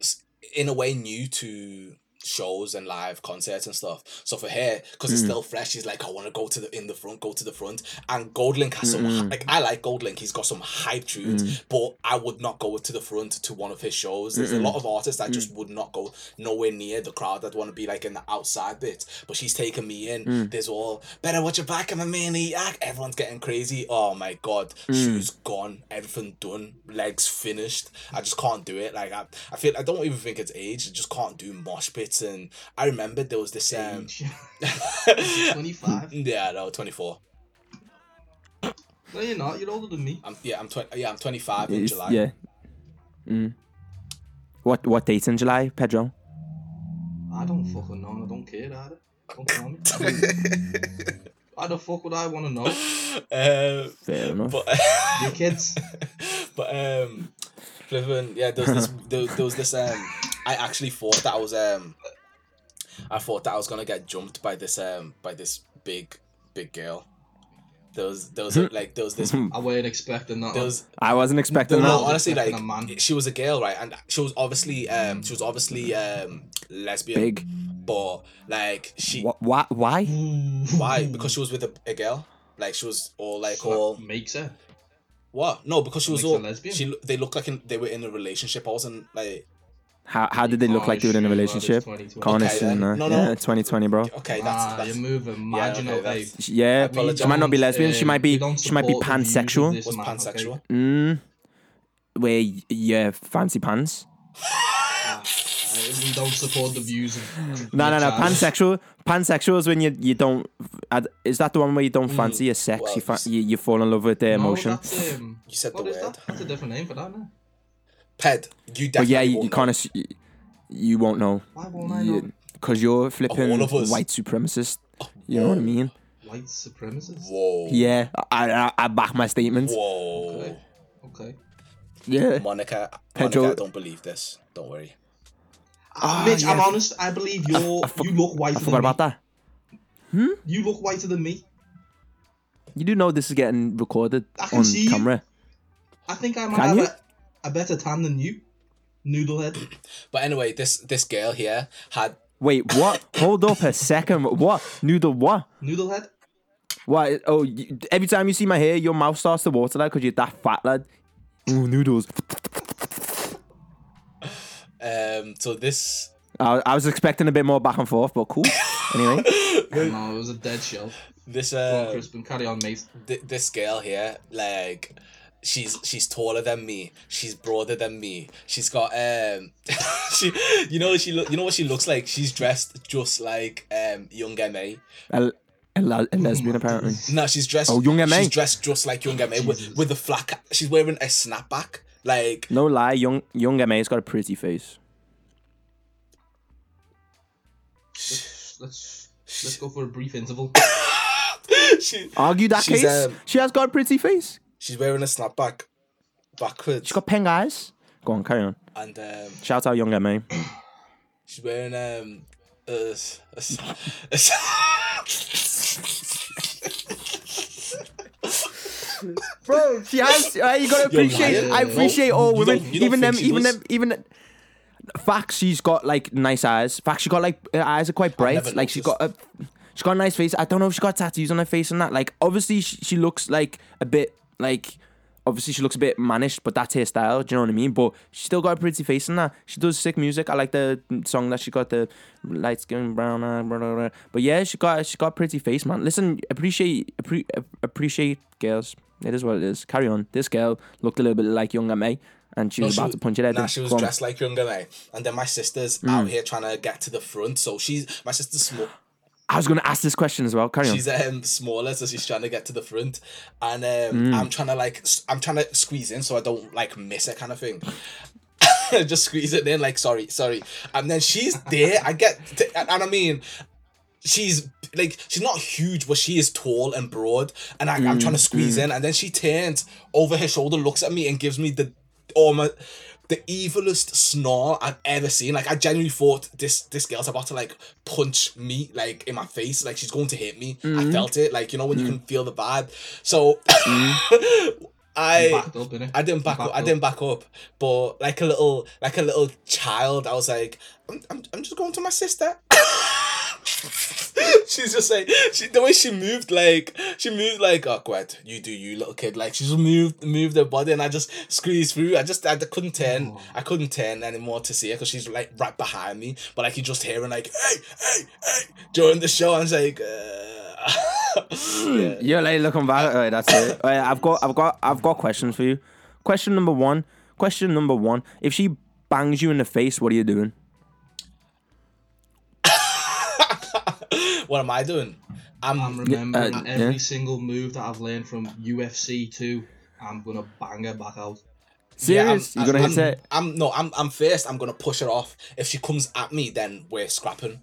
S2: s- in a way, new to shows and live concerts and stuff. So for her, because it's still fresh, she's like, I want to go to the in the front, go to the front. And Goldlink has some hi- like I like Goldlink. He's got some hype tunes, but I would not go to the front to one of his shows. There's a lot of artists that just would not go nowhere near the crowd that want to be like in the outside bit. But she's taking me in.
S3: Hmm.
S2: There's all better watch your back. I'm a maniac. Everyone's getting crazy. Oh my god,
S3: Hmm.
S2: shoes gone, everything done, legs finished. I just can't do it. Like I, I feel I don't even think it's age. I just can't do mosh pits. And I remember there was this um, mm.
S1: Twenty five.
S2: yeah, no, twenty four.
S1: No, you're not. You're older than me.
S2: I'm yeah, I'm twenty. Yeah, I'm twenty five in
S3: It's-
S2: July.
S3: yeah. Mm. What what date in July, Pedro?
S1: I don't fucking know. and I don't care either. Don't tell me. Why the fuck would I want to know?
S2: Um,
S3: Fair enough.
S2: but
S1: Your kids.
S2: but um, flipping, yeah, there was this there, there was this um, I actually thought that I was um, I thought that I was gonna get jumped by this um by this big big girl. There was there was like there was this there
S1: I weren't expecting that.
S2: was
S3: I wasn't expecting
S2: no,
S3: that.
S1: all-
S2: honestly,
S1: Expecting
S2: like
S1: a man.
S2: she was a girl, right? And she was obviously um she was obviously um lesbian,
S3: Big.
S2: but like she
S3: What? Why? Why?
S2: why because she was with a, a girl. Like she was all like all
S1: What makes it?
S2: what? No, because she was
S1: Makes
S2: all
S1: her lesbian?
S2: She lo- they looked like in, they were in a relationship. I wasn't like
S3: How, how did they look
S1: Oh,
S3: like they were in a
S1: shit, lad, it's
S3: relationship?
S1: 2020.
S3: Can't
S2: Okay,
S3: assume
S2: then.
S3: that.
S2: No, no.
S3: Yeah, 2020, bro.
S2: okay, that's
S1: Ah,
S2: that's
S1: you're moving marginal,
S2: okay,
S1: babe.
S2: that's-
S3: Yeah,
S1: We
S3: she might not be
S1: don't,
S3: lesbian. she
S1: um,
S3: might
S1: we
S3: be.
S1: don't
S3: She might be
S1: support the views of
S3: pansexual.
S1: this
S2: was
S1: man, okay?
S2: pansexual.
S3: Mm. Where y- yeah, fancy pants.
S1: Ah, ah, we don't support the views of.
S3: No, no, no.
S1: Travis.
S3: Pansexual. Pansexual is when you you don't. ad- Is that the one where you don't fancy your sex?
S2: well,
S3: you, fa-
S2: it's-
S3: you you fall in love with their
S1: Mm. No,
S3: emotion.
S1: that's, um,
S2: You said the
S1: what is
S2: word.
S1: That? That's a different name for that, no?
S2: Ped, you definitely
S3: But yeah, you,
S2: won't
S3: you
S2: know.
S3: can't. ass- You, you won't know.
S1: Why won't I know?
S3: Because you're flipping
S2: all of us.
S3: white supremacist.
S1: Oh,
S3: You know what I mean?
S1: White supremacist.
S2: Whoa.
S3: Yeah, I I, I back my statements.
S2: Whoa.
S1: Okay. okay.
S3: Yeah.
S2: Monica,
S3: Pedro-
S2: Monica, I don't believe this. Don't worry.
S1: Mitch, I'm
S3: yeah.
S1: honest. I believe you're. you look whiter
S3: I
S1: than me.
S3: forgot about that.
S1: You look whiter than me.
S3: You do know this is getting recorded
S1: I can
S3: on
S1: see you.
S3: camera.
S1: I think I might
S3: Can
S1: have
S3: you?
S1: a, a better tan than you, noodlehead.
S2: But anyway, this this girl here had
S3: Wait, what? Hold up a second. What noodle? What?
S1: Noodlehead.
S3: Why? Oh, you, every time you see my hair, your mouth starts to water, lad, because you're that fat, lad. Ooh, noodles.
S2: um so this
S3: I, I was expecting a bit more back and forth, but cool. Anyway,
S1: No, it was a dead shell.
S2: this
S1: Go on,
S2: uh
S1: Crispin, carry on, mate.
S2: th- this girl here like she's she's taller than me. She's broader than me. She's got um, she you know she look you know what she looks like. She's dressed just like um young Ma.
S3: A, a, le- a lesbian apparently.
S2: No, she's dressed.
S3: Oh, Young MA.
S2: She's dressed just like young Ma with, with the flat. She's wearing a snapback. Like
S3: No lie, young young Ma's got a pretty face.
S1: Let's let's let's go for a brief interval.
S2: she,
S3: Argue that
S2: She's,
S3: case.
S2: um,
S3: she has got a pretty face.
S2: she's wearing a snapback backwards,
S3: She's got pink eyes. Go on, carry on.
S2: and um,
S3: Shout out young Ma.
S2: she's wearing um a, s- a s- a s-
S3: Bro, she has. uh, you gotta
S2: You're
S3: appreciate.
S2: lying.
S3: I
S1: No,
S3: appreciate all
S2: you
S3: women,
S2: don't- you don't
S3: even
S2: think
S3: them,
S2: she
S3: even
S2: does?
S3: them, even. Facts. She's got like nice eyes. Facts. She got like her eyes are quite bright.
S2: never
S3: Like she's got a, she's got a nice face. I don't know if she got tattoos on her face and that. Like obviously she, she looks like a bit like. Obviously she looks a bit mannish, but that's her style. Do you know what I mean? But she still got a pretty face and that. She does sick music. I like the song that she got the light skin brown eye. Blah, blah, blah. But yeah, she got she got a pretty face, man. Listen, appreciate appre- appreciate girls. It is what it is. Carry on. This girl looked a little bit like younger May, and she was
S2: she
S3: about
S2: wa-
S3: to punch it out.
S2: Nah, she was dressed like younger me. And then my sister's
S3: Mm.
S2: out here trying to get to the front, so she's my sister's small.
S3: I was gonna ask this question as well. Carry on.
S2: She's um smaller, so she's trying to get to the front, and um,
S3: Mm.
S2: I'm trying to like s- I'm trying to squeeze in so I don't like miss it kind of thing. Just squeeze it in, like sorry, sorry, and then she's there. I get, to, and, and I mean, she's like she's not huge, but she is tall and broad, and I, I'm trying to squeeze in, and then she turns over her shoulder, looks at me, and gives me the oh my. The evilest snarl I've ever seen. Like I genuinely thought this this girl's about to like punch me like in my face. Like she's going to hit me. I felt it. Like you know when you can feel the vibe. So I
S1: Backed up, innit?
S2: I didn't back up. I didn't back up. But like a little, like a little child, I was like, I'm, I'm, I'm just going to my sister. she's just like she, the way she moved, like she moved like, oh God, you do you, little kid. Like she just moved, moved her body, and I just squeezed through. I just, I couldn't turn, I couldn't turn anymore to see her because she's like right behind me. But like you just hear her like, hey, hey, hey, during the show. I was like, uh... yeah.
S3: You're like looking back. Alright, that's it. Alright, I've got, I've got, I've got questions for you. Question number one. Question number one. If she bangs you in the face, what are you doing?
S2: what am I doing? I'm
S1: I'm remembering
S3: uh,
S1: every
S3: yeah.
S1: single move that I've learned from UFC too. I'm gonna bang her back out.
S3: Serious?
S2: Yeah, I'm,
S3: You're gonna
S2: I'm,
S3: hit it.
S2: I'm, no, I'm I'm first. I'm gonna push her off. If she comes at me, then we're scrapping.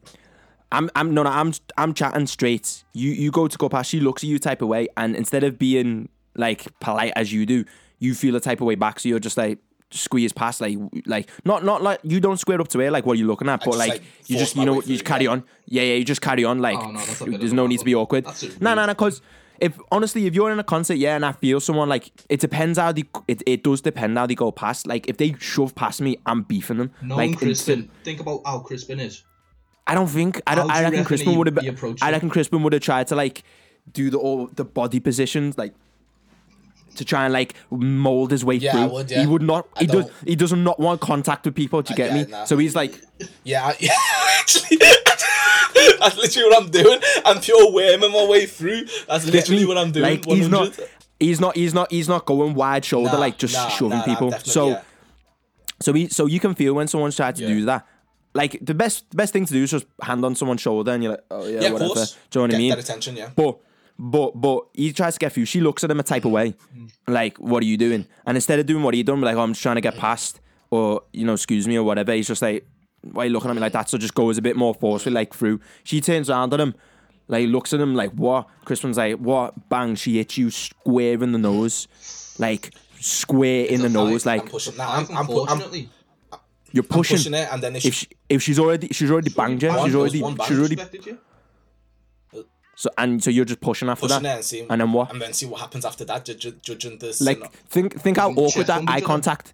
S3: I'm, I'm, no, no, I'm, I'm chatting straight. You, you go to go past. She looks at you type of way, and instead of being like polite as you do, you feel a type of way back. So you're just like squeeze past, like, like not, not like you don't square up to her, like what are you looking at, but
S2: just,
S3: like,
S2: like,
S3: you
S2: force
S3: just,
S2: my
S3: you know,
S2: way
S3: what, you just
S2: through,
S3: carry on. Yeah, yeah, you just carry on. Like,
S1: Oh, no, that's a bit of
S3: there's
S1: a
S3: no need to be
S1: problem.
S3: awkward.
S1: That's just
S3: No,
S1: rude.
S3: no, no, because if honestly, if you're in a concert, yeah, and I feel someone like it depends how they, it, it does depend how they go past. Like if they shove past me, I'm beefing them.
S1: No,
S3: like
S1: Crispin.
S3: instant.
S1: Think about how Crispin is.
S3: I don't think I don't.
S1: How do
S3: I
S1: you
S3: reckon
S1: reckon
S3: Crispin
S1: he-
S3: would
S1: he
S3: have.
S1: approached
S3: I
S1: it?
S3: reckon Crispin would have tried to like do the all the body positions like to try and like mold his way
S2: Yeah, I
S3: through.
S2: would,
S3: He
S2: yeah.
S3: would not.
S2: I
S3: He does.
S2: don't-
S3: He does not want contact with people. Do you
S2: Uh,
S3: get
S2: yeah,
S3: me?
S2: nah.
S3: So he's like,
S2: Yeah, I, yeah. Actually, that's literally what I'm doing. I'm pure worming my way through. That's literally what I'm doing.
S3: like he's not. He's not. He's not. He's not going wide shoulder
S2: Nah,
S3: like just
S2: nah, nah,
S3: shoving
S2: nah,
S3: people.
S2: definitely,
S3: so. uh,
S2: yeah.
S3: So we, so you can feel when someone's trying to
S2: Yeah.
S3: do that. Like the best best thing to do is just hand on someone's shoulder and you're like, oh yeah,
S2: yeah, of
S3: whatever. Do
S2: course.
S3: you know what
S2: Get
S3: I mean?
S2: That attention, yeah.
S3: But but but he tries to get through. She looks at him a type of way, like what are you doing? And instead of doing what are you doing, like oh, I'm just trying to get past, or you know, excuse me or whatever. He's just like, why are you looking at me like that? So just goes a bit more forcefully, like through. She turns around at him, like looks at him, like what? Crispin's like what? Bang! She hits you square in the nose, like square in the nose,
S2: I'm
S3: like
S2: pushing. Nah,
S1: I'm,
S2: I'm, I'm, pu- I'm
S1: unfortunately,
S3: you're pushing.
S2: pushing it, and then if she,
S3: If she, if she's already she's already banged you,
S2: one-
S3: she's
S2: there was
S3: already
S2: one bang
S3: she's already
S1: respected you.
S3: so and so you're just pushing after
S2: pushing it
S3: that.
S2: and see,
S3: and then what?
S2: And then see what happens after that. Ju- ju- judging the
S3: Like
S2: syno-
S3: think think how awkward
S1: check
S3: that
S1: on each
S3: eye
S1: other.
S3: contact.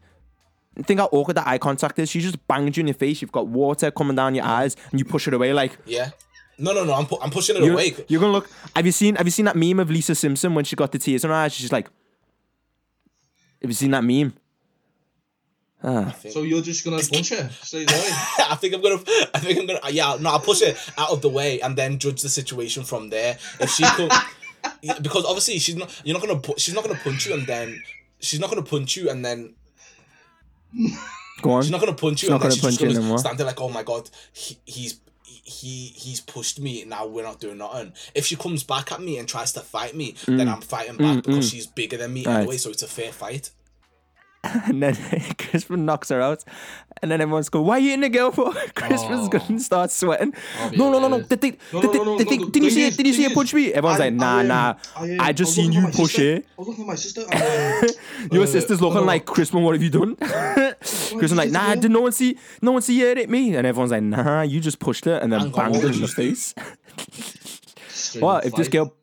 S3: Think how awkward that eye contact is. She just banged you in your face. You've got water coming down your eyes, and you push it away. Like
S2: yeah. No, no, no. I'm, pu- I'm pushing it
S3: you're,
S2: away.
S3: you're gonna look. Have you seen Have you seen that meme of Lisa Simpson when she got the tears in her eyes? She's like, Have you seen that meme?
S1: So you're just gonna punch her straight away.
S2: I think I'm gonna. I think I'm gonna. uh, Yeah, no, I'll push it out of the way and then judge the situation from there. If she could, Yeah, because obviously she's not. You're not gonna. pu- She's not gonna punch you and then she's not gonna punch you and then
S3: Go on.
S2: she's not gonna punch you
S3: She's
S2: and then
S3: not gonna
S2: she's just
S3: punch you
S2: gonna
S3: anymore.
S2: stand there like, oh my god, he, he's he he's pushed me now we're not doing nothing if she comes back at me and tries to fight me then
S3: Mm.
S2: i'm fighting back because she's bigger than me
S3: Right.
S2: anyway so it's a fair fight
S3: And then Crispin knocks her out. And then everyone's going, Why are you in the girl for? Crispin's
S1: Oh.
S3: going to start sweating.
S1: I'll be
S3: No, no, no, no.
S1: there.
S3: Did they,
S1: Oh, No,
S3: did
S1: no,
S3: they,
S1: no, no,
S3: did
S1: no,
S3: they,
S1: the
S3: did
S1: thing
S3: you see
S1: is-
S3: it? Did you
S1: thing
S3: see it
S1: is,
S3: punch me? Everyone's
S1: I-
S3: like, Nah,
S1: I, um,
S3: nah.
S1: I, um,
S3: I
S1: was
S3: just seen
S1: looking
S3: you
S1: at my
S3: push
S1: sister-
S3: it.
S1: I was looking at my sister. And, um,
S3: Your
S1: uh,
S3: sister's looking
S1: no,
S3: like, Crispin, what have you done? Crispin's like,
S1: did
S3: Nah,
S1: you-
S3: did no one see no one see it at me? And everyone's like, Nah, you just pushed her and then
S2: Hang on,
S3: banged her
S2: what
S3: in the
S2: did
S3: face.
S1: straight
S3: Well,
S1: up
S3: if this
S1: fight.
S3: girl.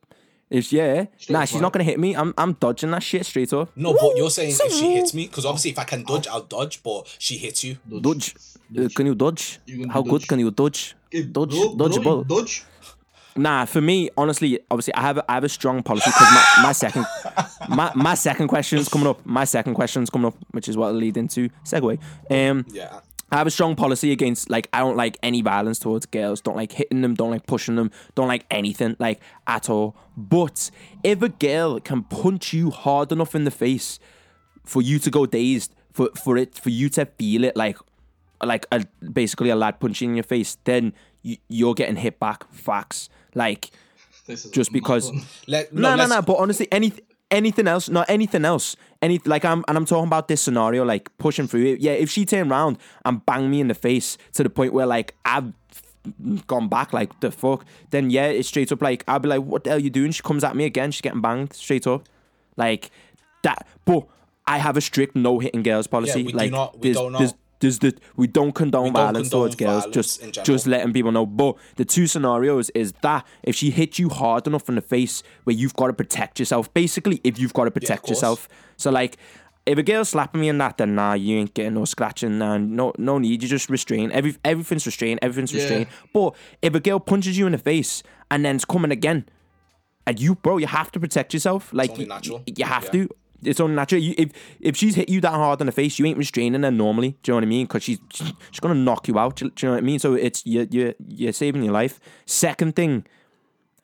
S3: If yeah, nah,
S1: up
S3: she's
S1: fight.
S3: not gonna hit me. I'm I'm dodging that shit straight up.
S2: no but you're saying if she hits me because obviously if i can dodge i'll dodge but she hits you
S3: Dodge. Uh, can you dodge?
S1: You can
S3: How
S1: do
S3: good
S1: dodge.
S3: can you dodge?
S1: Give-
S3: Dodge,
S1: no,
S3: dodge
S1: no,
S3: a ball.
S1: Dodge.
S3: Nah, for me, honestly, obviously, I have I have a strong policy because my, my second my, my second question is coming up. My second question is coming up, which is what will lead into segue. Um,
S2: yeah
S3: I have a strong policy against like I don't like any violence towards girls. Don't like hitting them. Don't like pushing them. Don't like anything like at all. But if a girl can punch you hard enough in the face for you to go dazed, for for it for you to feel it like like a, basically a lad punching in your face, then you, you're getting hit back. Facts like
S1: This is
S3: Just
S1: a mad
S3: because-
S1: one.
S2: Let,
S3: no, no,
S2: let's-
S3: no. But honestly, any anything else, not anything else. Any like I'm and I'm talking about this scenario, like pushing through it. Yeah, if she turned round and banged me in the face to the point where like I've gone back, like the fuck, then yeah, it's straight up like I'll be like, what the hell you doing? She comes at me again, she's getting banged straight up, like that. But I have a strict no hitting girls policy.
S2: we do
S3: like
S2: not- we
S3: there's-
S2: don't know.
S3: there's- there's the we don't
S2: don't
S3: condone violence
S2: condone
S3: towards girls.
S2: violence in
S3: just
S2: general.
S3: just letting people know. But the two scenarios is that if she hits you hard enough in the face where you've got to protect yourself. Basically, if you've got to protect
S2: course.
S3: yourself. So like if a girl's slapping me in that, then nah, you ain't getting no scratching, nah, no no need. You just restrain. Every everything's restrained, everything's restrained. But if a girl punches you in the face and then's coming again, and you, bro, you have to protect yourself. Like
S2: only
S3: you-
S2: natural.
S3: You, have
S2: Yeah.
S3: to. It's only natural. You, if if she's hit you that hard in the face, you ain't restraining her normally. Do you know what I mean? Because she's she's gonna knock you out. Do you do you know what I mean? So it's you you you're saving your life. Second thing,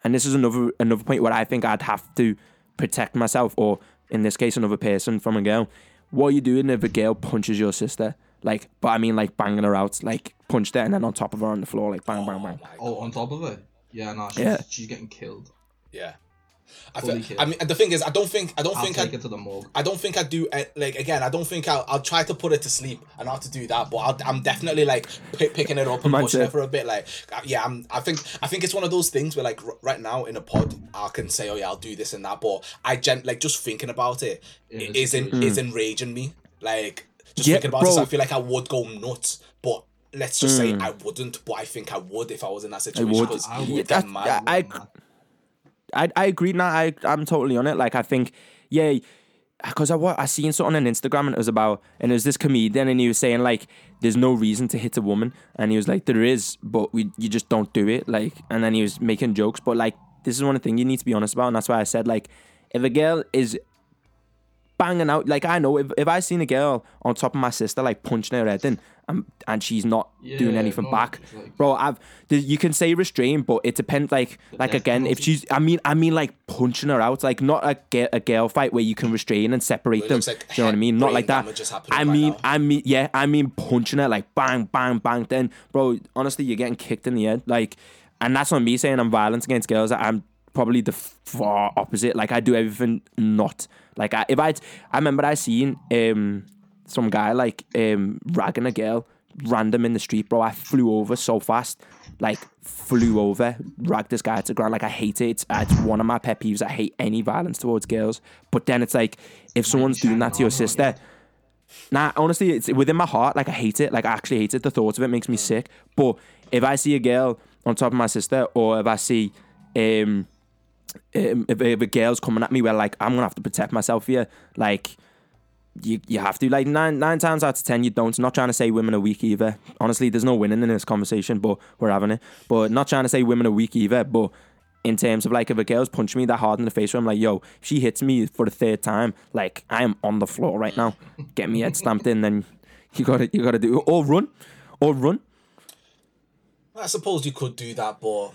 S3: and this is another another point where I think I'd have to protect myself, or in this case, another person from a girl. What are you doing if a girl punches your sister? Like, but I mean, like banging her out, like punched her, and then on top of her on the floor, like bang, bang, bang.
S1: Oh, on top of it. Yeah, no, she's,
S3: Yeah.
S1: she's getting killed.
S2: yeah I,
S1: Holy
S2: feel,
S1: shit.
S2: I mean the thing is i don't think i don't
S1: I'll
S2: think
S1: take
S2: I,
S1: it to the morgue.
S2: I don't think I do eh, like again. I don't think I'll, I'll try to put it to sleep. I know how to do that, but I'll, I'm definitely like pick, picking it up and
S3: Man
S2: pushing
S3: said-
S2: it for a bit. Like uh, yeah, I'm. I think I think it's one of those things where like r- right now in a pod, I can say oh yeah, I'll do this and that, but I gen like just thinking about it, it
S1: it's-
S2: is en- is enraging me. Like just
S3: Yeah,
S2: thinking about this,
S3: bro.
S2: I feel like I would go nuts, but. Let's just say I wouldn't, but I think I would if I was in that situation.
S3: would.
S2: 'cause you
S3: I would.
S2: would
S3: That's-
S2: get
S3: yeah,
S2: mad.
S3: I- I, I agree now. I I'm totally on it. Like I think, yeah, because I wa- I seen something on Instagram and it was about and it was this comedian and he was saying like there's no reason to hit a woman and he was like there is but we you just don't do it like and then he was making jokes but like this is one thing you need to be honest about and that's why I said like if a girl is banging out like I know if, if I seen a girl on top of my sister like punching her head in and, and she's not doing
S1: Yeah,
S3: anything
S1: no,
S3: back
S1: it's like-
S3: bro I've there- you can say restrain but it depends like like
S1: death
S3: again if
S1: penalty.
S3: she's I mean I mean like punching her out like not a, ge- a girl fight where you can restrain and separate
S2: it
S3: them
S2: looks like
S3: do you know what I
S2: head
S3: mean not
S2: brain
S3: like that
S2: damage is happening
S3: I
S2: right
S3: mean
S2: now.
S3: I mean yeah I mean punching her like bang bang bang then bro honestly you're getting kicked in the head like and that's not me saying I'm violent against girls I'm probably the far opposite. Like I do everything not. Like I, if I, I remember I seen um some guy like um ragging a girl random in the street, bro. I flew over so fast, like flew over, ragged this guy to ground. Like I hate it. It's, it's one of my pet peeves. I hate any violence towards girls. But then it's like if someone's doing that to your sister. Nah, honestly, it's within my heart. Like I hate it. Like I actually hate it. The thought of it makes me sick. But if I see a girl on top of my sister, or if I see, um, um, if, if a girl's coming at me, where like I'm gonna have to protect myself here. Like you, you have to. Like nine nine times out of ten, you don't. Not trying to say women are weak either. Honestly, there's no winning in this conversation, but we're having it. But not trying to say women are weak either. But in terms of like if a girl's punching me that hard in the face, where I'm like, yo, if she hits me for the third time, like I am on the floor right now. Get me head stamped in, then you gotta you gotta do it. Or run. Or run.
S2: I suppose you could do that, but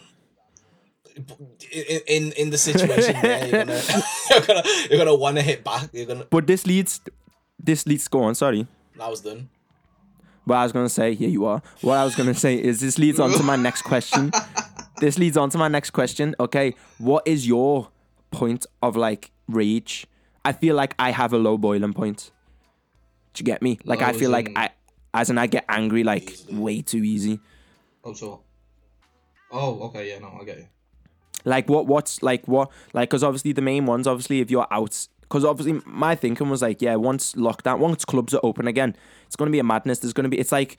S2: in in, in the situation there, you're gonna you're gonna you're gonna want to hit back. You're gonna.
S3: But this leads, this leads. Go on, sorry.
S2: I was done.
S3: What I was gonna say, here you are. What I was gonna say is this leads on to my next question. this leads on to my next question. Okay, what is your point of like rage? I feel like I have a low boiling point. Do you get me? Like I
S1: Low
S3: feel
S1: as
S3: like
S1: in-
S3: I, as in I get angry like
S2: Easily.
S3: way too easy.
S1: Oh, so. Oh, okay, yeah, no, I get you.
S3: Like what? What's like what? Like because obviously the main ones, obviously if you're out, because obviously my thinking was like, yeah, once lockdown, once clubs are open again, it's gonna be a madness. There's gonna be it's like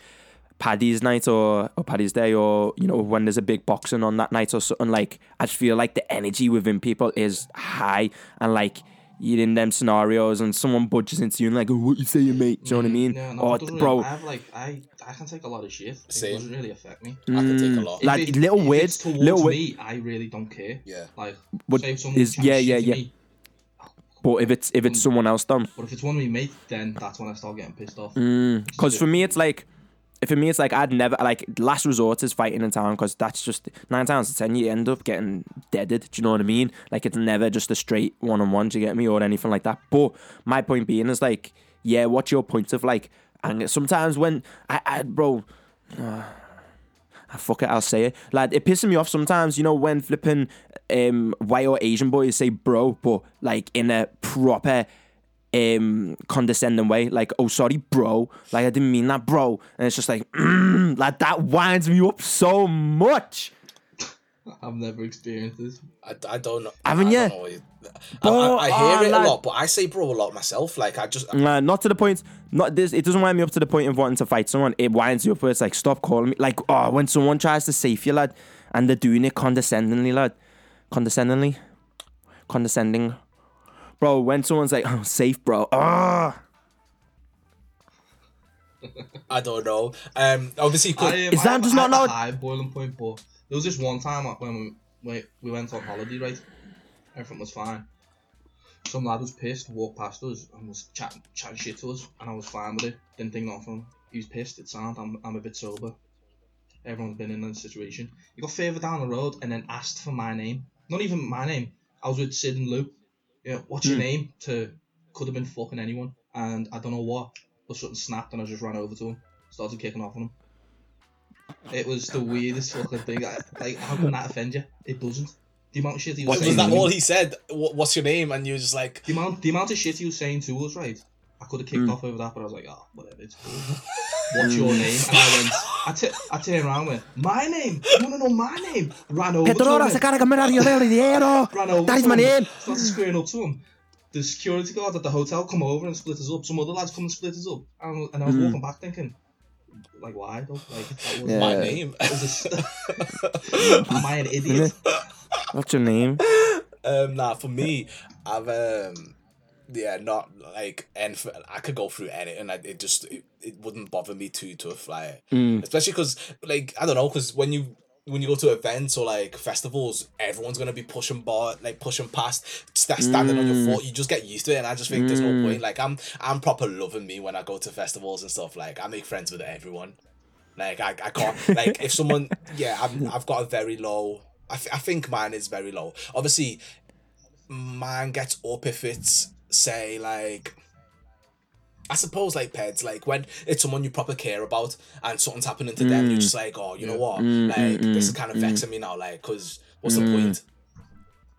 S3: Paddy's night or or Paddy's day or you know when there's a big boxing on that night or something. Like I just feel like the energy within people is high and like. You're in them scenarios, and someone budges into you and like, oh, "What you saying, mate?" Do you know what I mean?
S1: Mm, Yeah, no,
S3: or
S1: it doesn't
S3: bro,
S1: really, I have like I I can take a lot of shit. It
S2: Same.
S1: doesn't really affect me.
S2: I can take a lot.
S3: Mm, like-
S1: If
S3: little
S1: if
S3: weird-
S1: it's towards
S3: little weird-
S1: me, I really don't care.
S2: Yeah.
S1: Like,
S3: But
S1: say if someone
S3: is-
S1: is,
S3: yeah,
S1: yeah,
S3: yeah, yeah.
S1: Me,
S3: but if it's if
S1: Mm.
S3: it's someone else, done.
S1: but if it's one of me mates, then that's when I start getting pissed off.
S3: Because for me, it's like, for me, it's like I'd never like last resort is fighting in town because that's just nine times out of ten you end up getting deaded. Do you know what I mean? Like it's never just a straight one on one. Do you get me or anything like that? But my point being is like, yeah, what's your point of like anger? Sometimes when I, I bro. Ah, Fuck it, I'll say it. Like it pisses me off sometimes, you know, when flipping um white or Asian boys say bro, but like in a proper um condescending way like oh sorry bro like i didn't mean that bro and it's just like mm, like that winds me up so much
S1: I've never experienced this.
S2: I, I don't know.
S3: Haven't
S2: I,
S3: ya?
S2: don't know what you- I, I-
S3: Bro,
S2: I
S3: oh,
S2: hear it
S3: lad.
S2: a lot, but I say bro a lot myself. Like I just
S3: Nah, not to the point not this it doesn't wind me up to the point of wanting to fight someone it winds you up where it's like stop calling me like oh when someone tries to save you lad and they're doing it condescendingly lad condescendingly condescending bro when someone's like oh safe bro ah
S2: I don't know. Um, obviously, 'cause-
S1: I, um,
S3: Is
S1: I
S3: that
S1: have-
S3: just
S1: I have
S3: not know-
S1: a high boiling point, but there was this one time like, when we, we we went on holiday, right? Everything was fine. Some lad was pissed, walked past us and was chatting, chatting shit to us, and I was fine with it. Didn't think nothing. of him. He was pissed. It's sound. I'm, I'm a bit sober. Everyone's been in that situation. He got further down the road and then asked for my name. Not even my name. I was with Sid and Lou. Yeah, what's your name? To could have been fucking anyone, and I don't know what. But something snapped, and I just ran over to him, started kicking off on him. It was the weirdest fucking thing. I, like, how can that offend you? It doesn't. The amount of shit he was
S2: was,
S1: saying.
S2: was that all he said? What, what's your name? And you were just like,
S1: The amount, the amount of shit he was saying to us, right? I could have kicked off over that, but I was like, oh, whatever, it's cool. What's your name? And I went, I, t- I turned around and went, my name? You want to know my name? Ran over
S3: Pedro,
S1: to him.
S3: se carga memoria del dinero.
S1: ran over.
S3: that is
S1: to
S3: my
S1: him,
S3: name
S1: Started squaring up to him. The security guard at the hotel come over and split us up. Some other lads come and split us up. And, and I was walking back thinking, like, why? Though? Like, that was
S2: my
S3: Mm-hmm. Yeah.
S2: name.
S1: Am I an idiot?
S3: what's your name
S2: um, nah, for me, I've um, yeah, not like, and for, I could go through any, and I, it just it, it wouldn't bother me too tough, like, especially because like I don't know, because when you when you go to events or like festivals, everyone's gonna be pushing bar, like pushing past, st- standing on your foot. You just get used to it, and I just think there's no point. Like I'm, I'm proper loving me when I go to festivals and stuff. Like I make friends with everyone. Like I, I can't like if someone yeah I've, I've got a very low I, th- I think mine is very low obviously mine gets up if it's say like I suppose like pets like when it's someone you proper care about and something's happening to them you're just like oh you know what like this is kind of vexing me now like because what's the point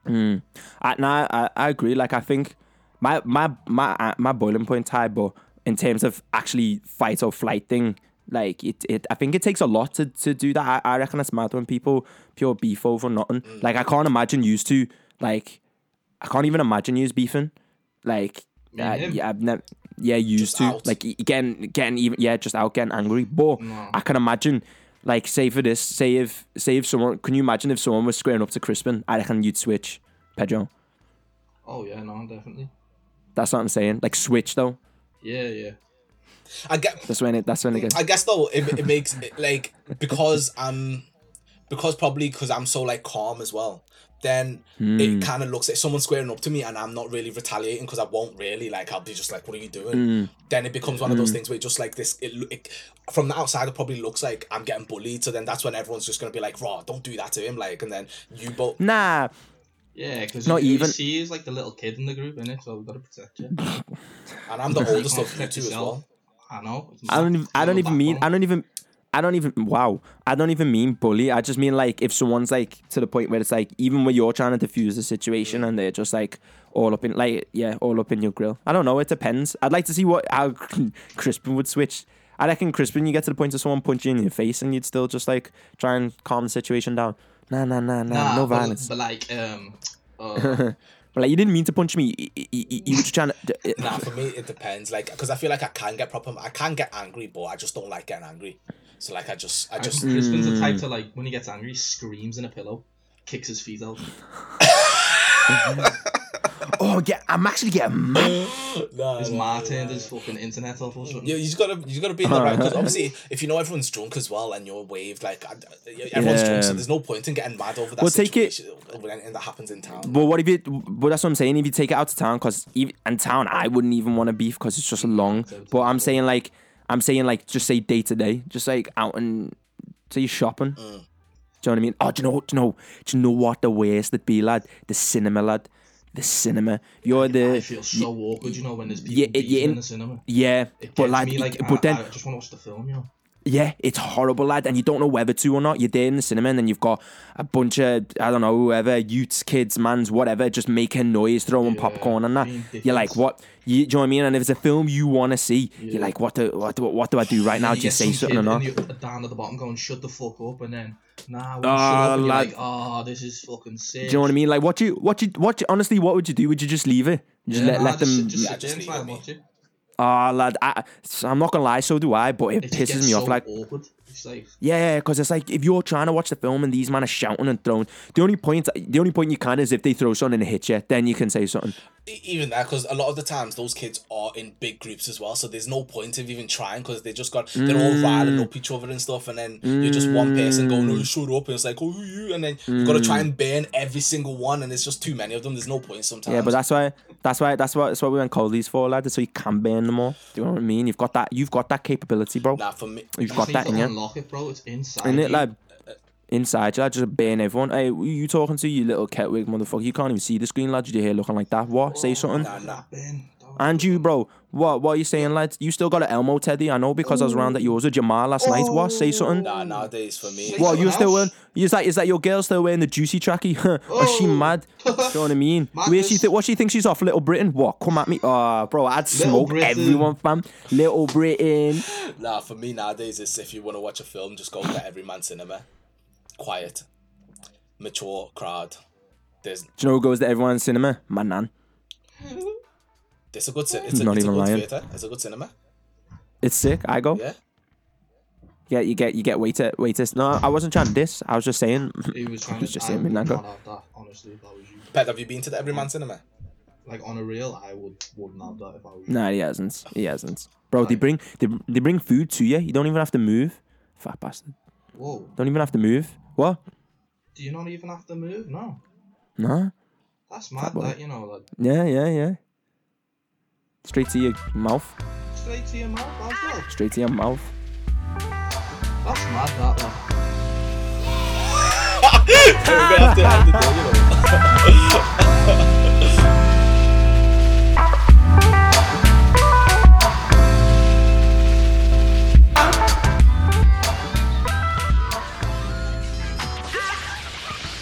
S3: I, no, I, I agree. Like I think my my my uh, my boiling point high, but in terms of actually fight or flight thing, like it, it I think it takes a lot to, to do that. I, I reckon it's mad when people pure beef over nothing. Like I can't imagine used to like I can't even imagine used beefing. Like
S1: and
S3: uh,
S1: him?
S3: yeah, I've never yeah used
S2: Just
S3: to
S2: out.
S3: like e- getting getting even yeah just out getting angry. But I can imagine. Like say for this, say if say if someone can you imagine if someone was squaring up to Crispin, I reckon you'd switch, Pedro.
S1: Oh, yeah, no, definitely.
S3: That's what I'm saying. Like switch though.
S1: Yeah, yeah.
S2: I get
S3: That's when it. That's when it gets.
S2: I guess though it, it makes it, like because I'm because probably because I'm so like calm as well. Then
S3: hmm.
S2: it kind of looks like someone's squaring up to me, and I'm not really retaliating because I won't really like. I'll be just like, "What are you doing?" Then it becomes one of
S3: Mm.
S2: those things where it just like this. It, lo- it from the outside, it probably looks like I'm getting bullied. So then that's when everyone's just gonna be like, "Raw, don't do that to him." Like, and then you both.
S3: Nah,
S1: Yeah, because
S3: Not
S1: you,
S3: even-
S1: see is like the little kid in the group, innit? So we've got to protect you.
S2: And I'm the oldest
S1: can't
S2: of you
S1: protect
S2: two as well.
S1: yourself. I know.
S3: I don't. Even, I don't even mean. I don't even. I don't even. Wow. I don't even mean bully. I just mean like if someone's like to the point where it's like even when you're trying to diffuse the situation and they're just like all up in like yeah all up in your grill. I don't know. It depends. I'd like to see what how Crispin would switch. I reckon Crispin, you get to the point of someone punching you in your face and you'd still just like try and calm the situation down. Nah, nah, nah, nah,
S1: Nah,
S3: no
S1: but-
S3: violence.
S1: But, like, um, uh,
S3: But, like you didn't mean to punch me. You, you- you- you were just trying to.
S2: Nah, for me it depends. Like, because I feel like I can get proper. I can get angry, but I just don't like getting angry. So like, I just, I
S1: I just
S2: just.
S1: Crispin's the
S3: Hmm.
S1: type to like when he gets angry, he screams in a pillow, kicks his feet out.
S3: Oh yeah, I'm actually getting mad.
S2: Nah,
S1: His
S2: nah,
S1: ma
S2: nah.
S1: turned his fucking internet off or something.
S2: You, you just gotta, you gotta be in the right. Because obviously, if you know everyone's drunk as well and you're waved, like I, everyone's drunk, so
S3: Yeah.
S2: there's no point in getting mad over that
S3: Well, take it-
S2: situation over anything that happens in town.
S3: But what if you? But that's what I'm saying. If you take it out to town, because and town, I wouldn't even want to beef because it's just long. But I'm saying like, I'm saying like, just say day to day, just like out and say you're
S1: Mm.
S3: shopping. Do you know what I mean? Oh, do you know? what- Do you know? Do you know what the worst would be, lad? The cinema, lad. The cinema. You're the
S1: I feel so awkward, you know, when there's people
S3: yeah, it-
S1: beefing
S3: yeah,
S1: in,
S3: in-
S1: the cinema.
S3: yeah.
S1: It
S3: But
S1: gets
S3: lad,
S1: me like,
S3: but
S1: I,
S3: then
S1: I just want to watch the film, you know.
S3: yeah, it's horrible, lad, and you don't know whether to or not. You're there in the cinema, and then you've got a bunch of I don't know, whoever, youths, kids, mans, whatever, just making noise, throwing popcorn and that.
S1: being
S3: You're like,
S1: dickheads.
S3: what? You, do you know what I mean? And if it's a film you want to see, you're like, what do what do, what do I do right now?
S1: And
S3: Do
S1: you
S3: you
S1: get
S3: say
S1: some
S3: something
S1: kid
S3: or not?
S1: in the- down at the bottom going, shut the fuck up, and then, nah, when you
S3: Ah,
S1: shut up, and you're
S3: lad.
S1: like, oh, this is fucking sick.
S3: Do you know what I mean? Like, what do you what do you what? do you- honestly, what would you do? Would you just leave it? Just let,
S1: nah,
S3: let
S1: just,
S3: them.
S1: Just,
S2: Yeah,
S1: sit there
S2: just
S1: and try
S2: leave
S1: and
S2: it.
S1: watch it.
S3: Ah, lad, I, I'm not gonna lie, so do I, but it,
S1: It just
S3: pisses
S1: gets
S3: me
S1: so
S3: off. Like,
S1: awkward. It's like,
S3: Yeah, yeah, because it's like if you're trying to watch the film and these men are shouting and throwing, the only point, the only point you can is if they throw something and hit you, then you can say something.
S2: E- even that because a lot of the times those kids are in big groups as well so there's no point of even trying because they just got they're all
S3: Mm.
S2: riling up each other and stuff and then you're just one person going no shut up and it's like oh you and then you've got to try
S3: Mm.
S2: and burn every single one and there's just too many of them there's no point sometimes
S3: Yeah, but that's why, that's why, that's why, that's what we went Coley's for, lad. is So you can burn them all. Do you know what I mean? You've got that, you've got that capability, bro.
S2: nah for me
S3: You've
S1: just
S3: got
S1: need
S3: that
S1: to
S3: in you,
S1: unlock it, bro. It's inside.
S3: in it,
S1: you.
S3: lad. Inside you, lad, just burn everyone. Hey, who you talking to you little catwig motherfucker? You can't even see the screen, lad. Did you hear looking like that? What? Say something.
S2: Oh, nah nah
S1: Ben, don't-
S3: And you, bro, what? What are you saying, lads? You still got an Elmo Teddy? I know because I was round at yours with Jamal last night. What? Say something.
S2: nah nowadays for me
S1: Shit.
S3: Well,
S1: Someone
S3: you still wearing?
S1: else?
S3: Is that is that your girl still wearing the juicy tracky? Or Is she
S1: Oh.
S3: mad? Do you know what I mean? Where she
S1: Madness.
S3: think? What she thinks she's off? Little Britain? What? Come at me? Ah, bro, I'd smoke
S1: Britain.
S3: everyone, fam. Little Britain.
S2: nah for me nowadays it's if you want to watch a film just go to every man cinema quiet mature crowd there's
S3: Do you know who goes to everyone's cinema? My nan.
S2: there's a good cin- it's a,
S3: Not
S2: it's a
S3: even
S2: good
S3: lying.
S2: theater it's a good cinema
S3: It's sick. I go.
S2: yeah
S3: Yeah, you get you get waiter waiters. No, I wasn't trying to diss. I was just saying.
S1: He was trying
S3: was
S1: to
S3: just
S1: I
S3: saying
S1: would
S3: Minango.
S1: not have that, honestly, if I was you.
S2: Pet, have you been to the Everyman Cinema?
S1: Like, on a reel, I would, wouldn't have that if I was you.
S3: Nah, he hasn't. He hasn't. Bro, they bring they, they bring food to you. You don't even have to move. Fat bastard.
S1: Whoa,
S3: Don't even have to move. What?
S1: do you not even have to move? No.
S3: Nah.
S1: That's mad,
S3: boy.
S1: that, you know, like,
S3: Yeah, yeah, yeah. Straight to your mouth.
S1: straight to your mouth as well.
S3: straight to your mouth.
S1: That's mad, that, like.
S2: We're gonna have to end the day, you know.